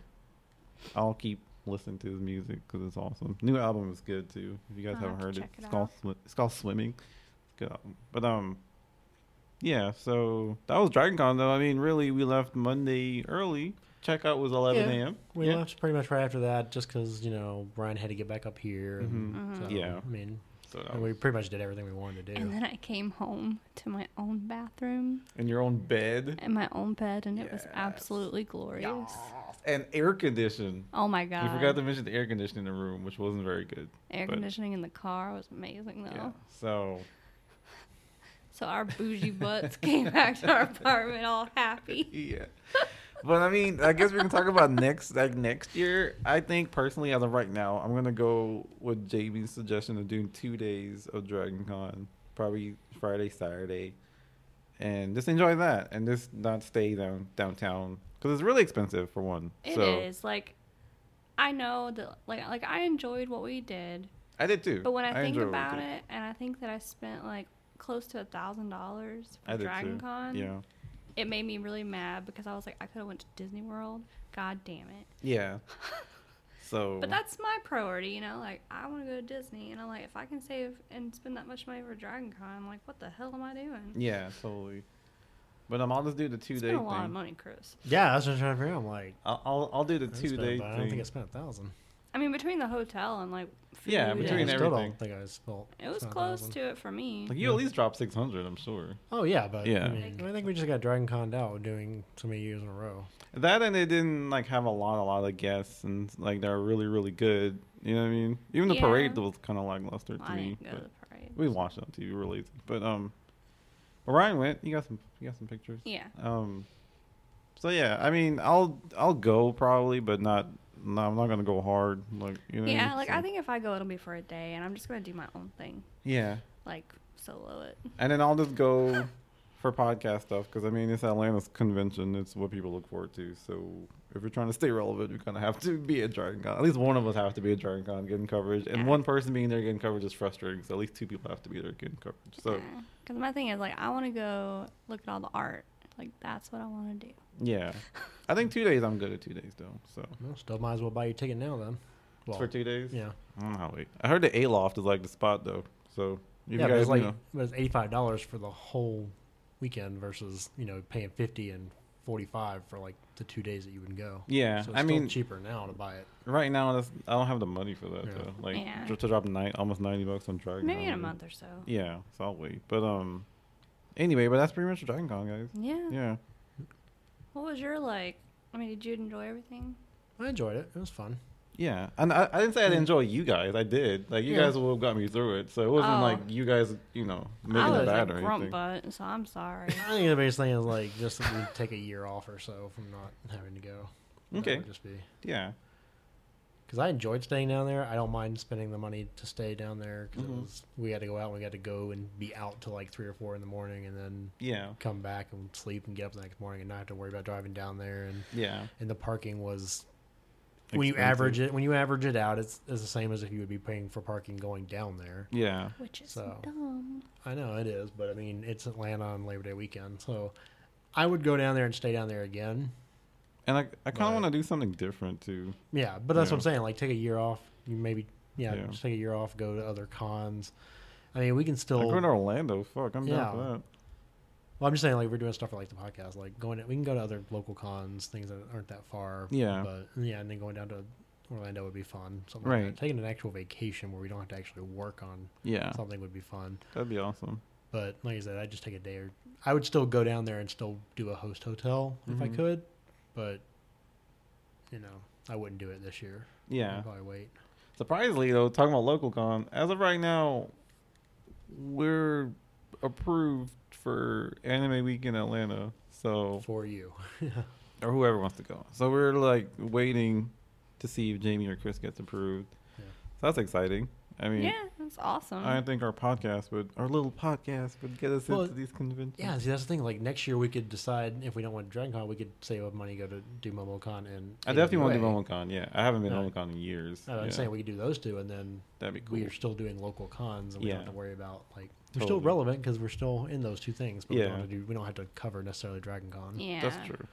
Speaker 3: I'll keep listening to his music because it's awesome. New album is good too. If you guys
Speaker 4: I'll
Speaker 3: haven't
Speaker 4: have
Speaker 3: heard
Speaker 4: to
Speaker 3: it,
Speaker 4: check it
Speaker 3: it's called Swi- it's called Swimming. It's a good album. But um, yeah. So that was Dragon Con though. I mean, really, we left Monday early. Checkout was 11
Speaker 5: Yeah.
Speaker 3: a.m.
Speaker 5: We
Speaker 3: yeah.
Speaker 5: left pretty much right after that, just because you know Brian had to get back up here. And
Speaker 4: Mhm.
Speaker 5: so,
Speaker 3: Mm-hmm. Yeah. Oh.
Speaker 5: I mean,
Speaker 3: So that
Speaker 5: and we
Speaker 3: was-
Speaker 5: pretty much did everything we wanted to do.
Speaker 4: And then I came home to my own bathroom
Speaker 3: in your own bed
Speaker 4: and my own bed, and it was
Speaker 3: Yes.
Speaker 4: absolutely glorious.
Speaker 3: and air conditioned.
Speaker 4: Oh my god!
Speaker 3: You forgot to mention the air conditioning in the room, which wasn't very good.
Speaker 4: air
Speaker 3: but-
Speaker 4: conditioning oh. in the car was amazing though.
Speaker 3: Yeah. So
Speaker 4: So our bougie butts came back to our apartment all happy.
Speaker 3: yeah. But I mean, I guess we can talk about next, like next year. I think personally, as of right now, I'm gonna go with JB's suggestion of doing two days of Dragon Con, probably Friday, Saturday, and just enjoy that, and just not stay down downtown because it's really expensive for one.
Speaker 4: It is
Speaker 3: so
Speaker 4: like I know that like like I enjoyed what we did,
Speaker 3: I did too.
Speaker 4: but when I, think
Speaker 3: enjoyed what we
Speaker 4: about
Speaker 3: did.
Speaker 4: it, and I think that I spent like close to a thousand dollars
Speaker 3: I
Speaker 4: for
Speaker 3: did
Speaker 4: Dragon
Speaker 3: too.
Speaker 4: Con,
Speaker 3: yeah,
Speaker 4: it made me really mad because I was like I could have went to Disney World. God damn it.
Speaker 3: yeah. So,
Speaker 4: But that's my priority, you know. Like I want to go to Disney, and I'm like, if I can save and spend that much money for Dragon Con, I'm like, what the hell am I doing?
Speaker 3: yeah, totally. But um, I'll just do the two
Speaker 4: It's
Speaker 3: day
Speaker 4: been a
Speaker 3: thing.
Speaker 4: lot of money, Chris.
Speaker 5: Yeah, that's what I'm trying to figure out. I'm like,
Speaker 3: I'll, I'll I'll do the
Speaker 5: I
Speaker 3: two
Speaker 5: spent-
Speaker 3: day
Speaker 5: but I don't
Speaker 3: thing.
Speaker 5: think I spent a thousand.
Speaker 4: I mean, between the hotel and like food,
Speaker 3: Yeah,
Speaker 4: and-
Speaker 3: Between
Speaker 5: yeah, I still
Speaker 3: everything.
Speaker 5: don't think I spent.
Speaker 4: it was
Speaker 5: spent a
Speaker 4: close
Speaker 5: thousand.
Speaker 4: to it for me.
Speaker 3: Like you at least dropped six hundred, I'm sure.
Speaker 5: Oh yeah, but
Speaker 3: Yeah.
Speaker 5: I, mean, I think we just got Dragon Con out doing so many years in a row.
Speaker 3: That and they didn't like have a lot, a lot of guests, and like they're really, really good. You know what I mean? Even the
Speaker 4: Yeah.
Speaker 3: parade was kind of lackluster
Speaker 4: Well,
Speaker 3: to
Speaker 4: I
Speaker 3: me.
Speaker 4: didn't go to
Speaker 3: But
Speaker 4: the parade.
Speaker 3: we watched it on TV, we were lazy. But um, but Ryan went. You got some, you got some pictures.
Speaker 4: Yeah,
Speaker 3: Um, so yeah, I mean, I'll I'll go probably, but not. No, I'm not gonna go hard. Like you know. what
Speaker 4: yeah.
Speaker 3: mean?
Speaker 4: Like
Speaker 3: So-
Speaker 4: I think if I go, it'll be for a day, and I'm just gonna do my own thing,
Speaker 3: Yeah,
Speaker 4: like solo it.
Speaker 3: and then I'll just go for podcast stuff because I mean it's Atlanta's convention. It's what people look forward to. So if you're trying to stay relevant, you're gonna have to be at Dragon Con. At least one of us have to be at Dragon Con getting coverage, and
Speaker 4: Yeah.
Speaker 3: one person being there getting coverage is frustrating. So at least two people have to be there getting coverage. So
Speaker 4: because my thing is like I want to go look at all the art. Like that's what I want to do.
Speaker 3: yeah, I think two days. I'm good at two days though. So
Speaker 5: Well, still might as well buy your ticket now then. Well,
Speaker 3: for two days,
Speaker 5: yeah,
Speaker 3: I don't know how wait. I heard the Aloft is like the spot though. So if
Speaker 5: yeah,
Speaker 3: you
Speaker 5: but
Speaker 3: guys
Speaker 5: it's like
Speaker 3: you know,
Speaker 5: but it's eighty five dollars for the whole weekend versus you know paying fifty and forty five for like the two days that you would go.
Speaker 3: yeah,
Speaker 5: so it's
Speaker 3: I
Speaker 5: still
Speaker 3: mean,
Speaker 5: cheaper now to buy it.
Speaker 3: right now that's, I don't have the money for that
Speaker 5: Yeah.
Speaker 3: though. Like
Speaker 4: Yeah.
Speaker 3: to drop nine, almost ninety bucks on Dragon.
Speaker 4: Maybe in a
Speaker 3: Con.
Speaker 4: month or so.
Speaker 3: Yeah, so I'll wait. But um, anyway, but that's pretty much Dragon Con, guys.
Speaker 4: Yeah.
Speaker 3: Yeah,
Speaker 4: What was your like? I mean, did you enjoy everything?
Speaker 5: I enjoyed it. It was fun.
Speaker 3: yeah. And I, I didn't say I didn't
Speaker 4: Mm.
Speaker 3: enjoy you guys. I did. Like you
Speaker 5: Yeah.
Speaker 3: guys will got me through it. So it wasn't
Speaker 4: Oh.
Speaker 3: like you guys, you know,
Speaker 4: I
Speaker 3: making
Speaker 4: was
Speaker 3: it bad
Speaker 4: a
Speaker 3: or
Speaker 4: grump
Speaker 3: anything.
Speaker 4: butt, so I'm sorry.
Speaker 5: I think the biggest thing is like just that we take a year off or so from not having to go. That
Speaker 3: Okay.
Speaker 5: would just be
Speaker 3: Yeah,
Speaker 5: because I enjoyed staying down there. I don't mind spending the money to stay down there because
Speaker 3: Mhm.
Speaker 5: we had to go out. and We had to go and be out till like three or four in the morning, and then
Speaker 3: yeah,
Speaker 5: come back and sleep and get up the next morning and not have to worry about driving down there. And
Speaker 3: yeah.
Speaker 5: and the parking was when you
Speaker 3: Expensive.
Speaker 5: average it when you average it out, it's, it's the same as if you would be paying for parking going down there.
Speaker 3: Yeah,
Speaker 4: Which is
Speaker 5: So.
Speaker 4: dumb.
Speaker 5: I know it is, but I mean it's Atlanta on Labor Day weekend, so I would go down there and stay down there again.
Speaker 3: and I, I kind
Speaker 5: Right.
Speaker 3: of want to do something different too.
Speaker 5: Yeah, but that's what I'm
Speaker 3: Yeah.
Speaker 5: saying. Like, take a year off. You maybe, yeah,
Speaker 3: Yeah.
Speaker 5: just take a year off. Go to other cons. I mean, we can
Speaker 3: Like
Speaker 5: still.
Speaker 3: going to Orlando, fuck, I'm
Speaker 5: Yeah.
Speaker 3: down for that.
Speaker 5: well, I'm just saying, like, we're doing stuff for like the podcast. Like, going, to, we can go to other local cons, things that aren't that far.
Speaker 3: Yeah.
Speaker 5: But yeah, and then going down to Orlando would be fun. Something like
Speaker 3: Right.
Speaker 5: that. Taking an actual vacation where we don't have to actually work on
Speaker 3: Yeah,
Speaker 5: something would be fun.
Speaker 3: that'd be awesome.
Speaker 5: But like I said, I'd just take a day or I would still go down there and still do a host hotel if I
Speaker 3: Mhm.
Speaker 5: could. But you know, I wouldn't do it this year.
Speaker 3: Yeah.
Speaker 5: I'd probably wait.
Speaker 3: Surprisingly, though, talking about local con, as of right now, we're approved for Anime Week in Atlanta. So,
Speaker 5: For you.
Speaker 3: or whoever wants to go. So we're like waiting to see if Jamie or Chris gets approved.
Speaker 5: Yeah.
Speaker 3: So that's exciting. I mean,
Speaker 4: Yeah, that's awesome.
Speaker 3: I don't think our podcast would, our little podcast would get us
Speaker 5: Well,
Speaker 3: into these conventions.
Speaker 5: Yeah, see that's the thing. Like next year we could decide if we don't want Dragon Con, we could save up money, go to do MomoCon and
Speaker 3: I definitely want to do
Speaker 5: AWA.
Speaker 3: MomoCon. Yeah, I haven't been to
Speaker 5: No.
Speaker 3: MomoCon in years.
Speaker 5: No, I'm
Speaker 3: yeah.
Speaker 5: saying we could do those two, and then
Speaker 3: That'd be
Speaker 5: we
Speaker 3: cool.
Speaker 5: are still doing local cons, and we
Speaker 3: Yeah.
Speaker 5: don't have to worry about like we're still
Speaker 3: Totally.
Speaker 5: relevant because we're still in those two things. But we,
Speaker 3: Yeah.
Speaker 5: don't have to do, we don't have to cover necessarily Dragon Con.
Speaker 4: yeah,
Speaker 3: That's true.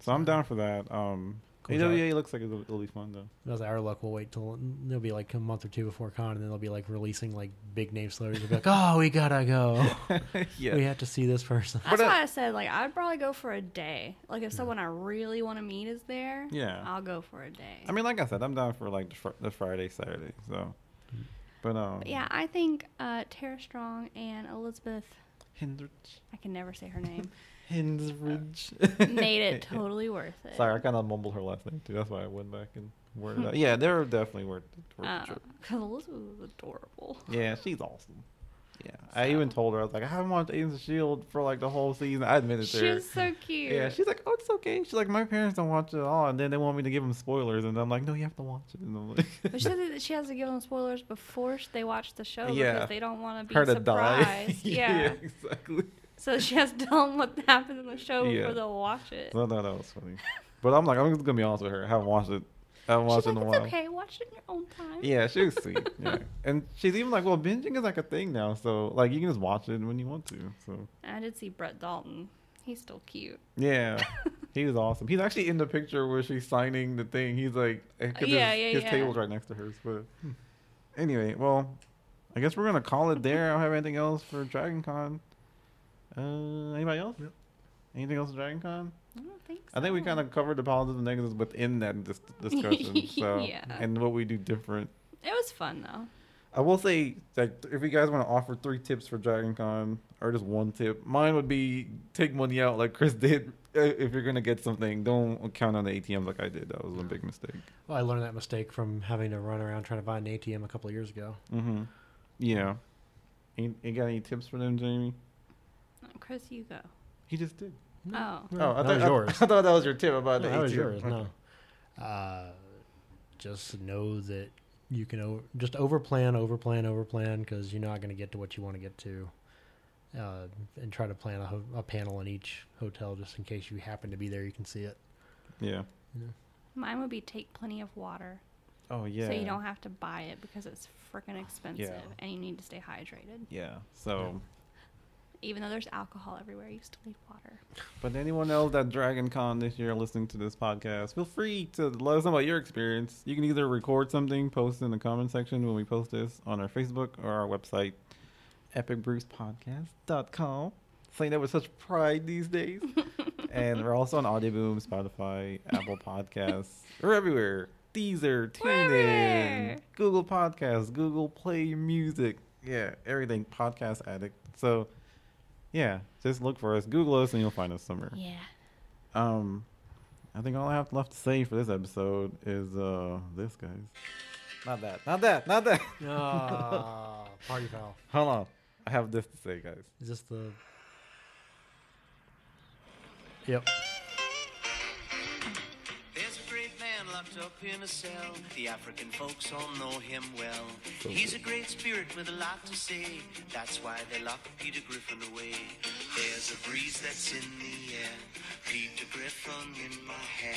Speaker 3: So I'm down for that. Um,
Speaker 5: Cool job.
Speaker 3: AWA looks like it'll, it'll be fun though.
Speaker 5: That's our luck. We'll wait till there'll be like a month or two before con, and then they'll be like releasing like big name celebrities. We'll be like, oh, we gotta go.
Speaker 3: yeah.
Speaker 5: We have to see this person.
Speaker 4: That's
Speaker 3: But, uh,
Speaker 4: why I said like I'd probably go for a day. Like if someone I really want to meet is there,
Speaker 3: Yeah.
Speaker 4: I'll go for a day.
Speaker 3: I mean, like I said, I'm down for like the, fr- the Friday, Saturday. So,
Speaker 5: Mm.
Speaker 3: but um,
Speaker 4: But yeah, I think uh, Tara Strong and Elizabeth,
Speaker 3: Hindridge,
Speaker 4: I can never say her name,
Speaker 3: Hindridge.
Speaker 4: made it totally worth it.
Speaker 3: Sorry, I kind of mumbled her last name too. That's why I went back and worded it. out. Yeah, they're definitely worth, worth the
Speaker 4: because
Speaker 3: trip.
Speaker 4: Uh, Elizabeth was adorable.
Speaker 3: Yeah, she's awesome. Yeah, I even told her I was like, I haven't watched Agents of Shield for like the whole season. I admitted to her.
Speaker 4: She's so cute.
Speaker 3: Yeah, she's like, oh, it's okay. She's like, my parents don't watch it at all, and then they want me to give them spoilers, and I'm like, no, you have to watch it. And I'm like,
Speaker 4: But she said that she has to give them spoilers before sh- they watch the show
Speaker 3: Yeah.
Speaker 4: because they don't want to be
Speaker 3: her to die.
Speaker 4: surprised. yeah.
Speaker 3: exactly.
Speaker 4: So she has to tell them what happens in the show
Speaker 3: Yeah.
Speaker 4: before they'll watch it.
Speaker 3: No, no, that was funny. But I'm like, I'm just gonna be honest with her. I haven't watched it. I haven't watched
Speaker 4: she's
Speaker 3: it
Speaker 4: like,
Speaker 3: in a
Speaker 4: it's
Speaker 3: while.
Speaker 4: okay. Watch it in your own time.
Speaker 3: Yeah, she was sweet. Yeah, and she's even like, well, binging is like a thing now, so like you can just watch it when you want to. So
Speaker 4: I did see Brett Dalton. He's still cute.
Speaker 3: yeah, he was awesome. He's actually in the picture where she's signing the thing. He's like, 'cause
Speaker 4: Yeah,
Speaker 3: his,
Speaker 4: yeah,
Speaker 3: his
Speaker 4: yeah.
Speaker 3: table's right next to hers. But anyway, well, I guess we're gonna call it there. I don't have anything else for Dragon Con. Uh, anybody else?
Speaker 5: Nope.
Speaker 3: Anything else for Dragon Con?
Speaker 4: I don't think so.
Speaker 3: I think we kind of covered the positives and negatives within that dis- discussion. So,
Speaker 4: Yeah.
Speaker 3: and what we do different.
Speaker 4: It was fun though.
Speaker 3: I will say that if you guys want to offer three tips for Dragon Con or just one tip, mine would be take money out like Chris did. Uh, If you're gonna get something, don't count on the ATMs like I did. That was a big mistake.
Speaker 5: Well, I learned that mistake from having to run around trying to find an ATM a couple of years ago.
Speaker 3: Mm-hmm. Yeah. Ain't, ain't got any tips for them, Jamie?
Speaker 4: Uh, Chris, you go.
Speaker 3: He just did.
Speaker 4: Oh.
Speaker 3: Oh, I
Speaker 5: that
Speaker 3: thought
Speaker 5: was
Speaker 3: I-
Speaker 5: yours.
Speaker 3: I, thought that was your tip about the
Speaker 5: No, that
Speaker 3: ATM.
Speaker 5: was yours.
Speaker 3: Okay.
Speaker 5: No, uh, just know that you can over, just overplan, overplan, overplan because you're not going to get to what you want to get to, uh, and try to plan a, ho- a panel in each hotel just in case you happen to be there. You can see it.
Speaker 3: Yeah.
Speaker 4: Mine would be take plenty of water
Speaker 3: Oh yeah.
Speaker 4: so you don't have to buy it because it's freaking expensive
Speaker 3: Yeah.
Speaker 4: and you need to stay hydrated.
Speaker 3: Yeah. So.
Speaker 4: Even though there's alcohol everywhere, you still need water.
Speaker 3: But anyone else at Dragon Con this year listening to this podcast, feel free to let us know about your experience. You can either record something, post it in the comment section when we post this on our Facebook or our website, epicbrewspodcast.com. Saying that with such pride these days. and we're also on Audioboom, Spotify, Apple Podcasts. We're everywhere. Deezer,
Speaker 4: We're everywhere.
Speaker 3: TuneIn, Google Podcasts, Google Play Music. Yeah, everything. Podcast Addict. So, yeah, just look for us. Google us and you'll find us somewhere.
Speaker 4: Yeah.
Speaker 3: Um, I think all I have left to say for this episode is uh this, guys. Not that. Not that. Not that.
Speaker 5: Ah, party foul.
Speaker 3: Hold on. I have this to say, guys.
Speaker 5: Is this the? Yep.
Speaker 6: There's a great man locked up in a cell. The African folks all know him well. He's a great spirit with a lot to say. That's why they locked Peter Griffin away. There's a breeze that's in the air. Peter Griffin in my hair.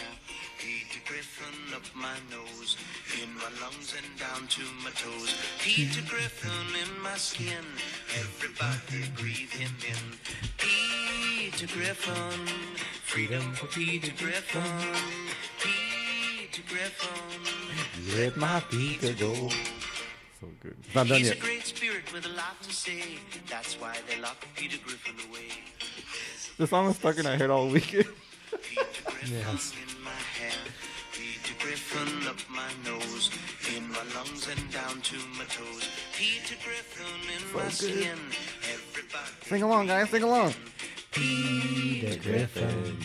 Speaker 6: Peter Griffin up my nose. In my lungs and down to my toes. Peter Griffin in my skin. Everybody breathe him in. Peter Griffin. Freedom for Peter Griffin. Peter Griffin.
Speaker 3: Let my Peter go. So good. It's not done
Speaker 6: He's
Speaker 3: yet.
Speaker 6: a great spirit with a lot to say. That's why they locked Peter Griffin away.
Speaker 3: The song is stuck in my head all weekend.
Speaker 6: Peter Griffin
Speaker 5: Yes.
Speaker 6: in my hair. Peter Griffin Griffin up my nose, in my lungs and down to my toes. Peter Griffin in my skin. Everybody
Speaker 3: Sing along, guys. Sing along.
Speaker 5: Peter Griffin.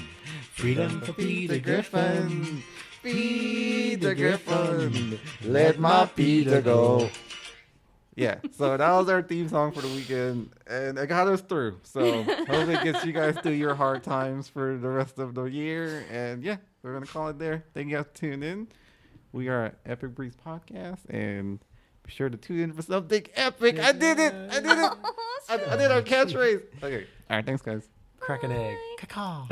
Speaker 5: Freedom for Peter Griffin.
Speaker 3: Peter
Speaker 5: Griffin, let my Peter go.
Speaker 3: Yeah, so that was our theme song for the weekend, and it got us through. So hopefully, it gets you guys through your hard times for the rest of the year. And yeah, we're gonna call it there. Thank you guys for tuning in. We are at Epic Breeze Podcast, and be sure to tune in for something epic. I did it! I did it! I, I did our catchphrase. Okay, all right, thanks, guys.
Speaker 5: Crack an egg. Caw.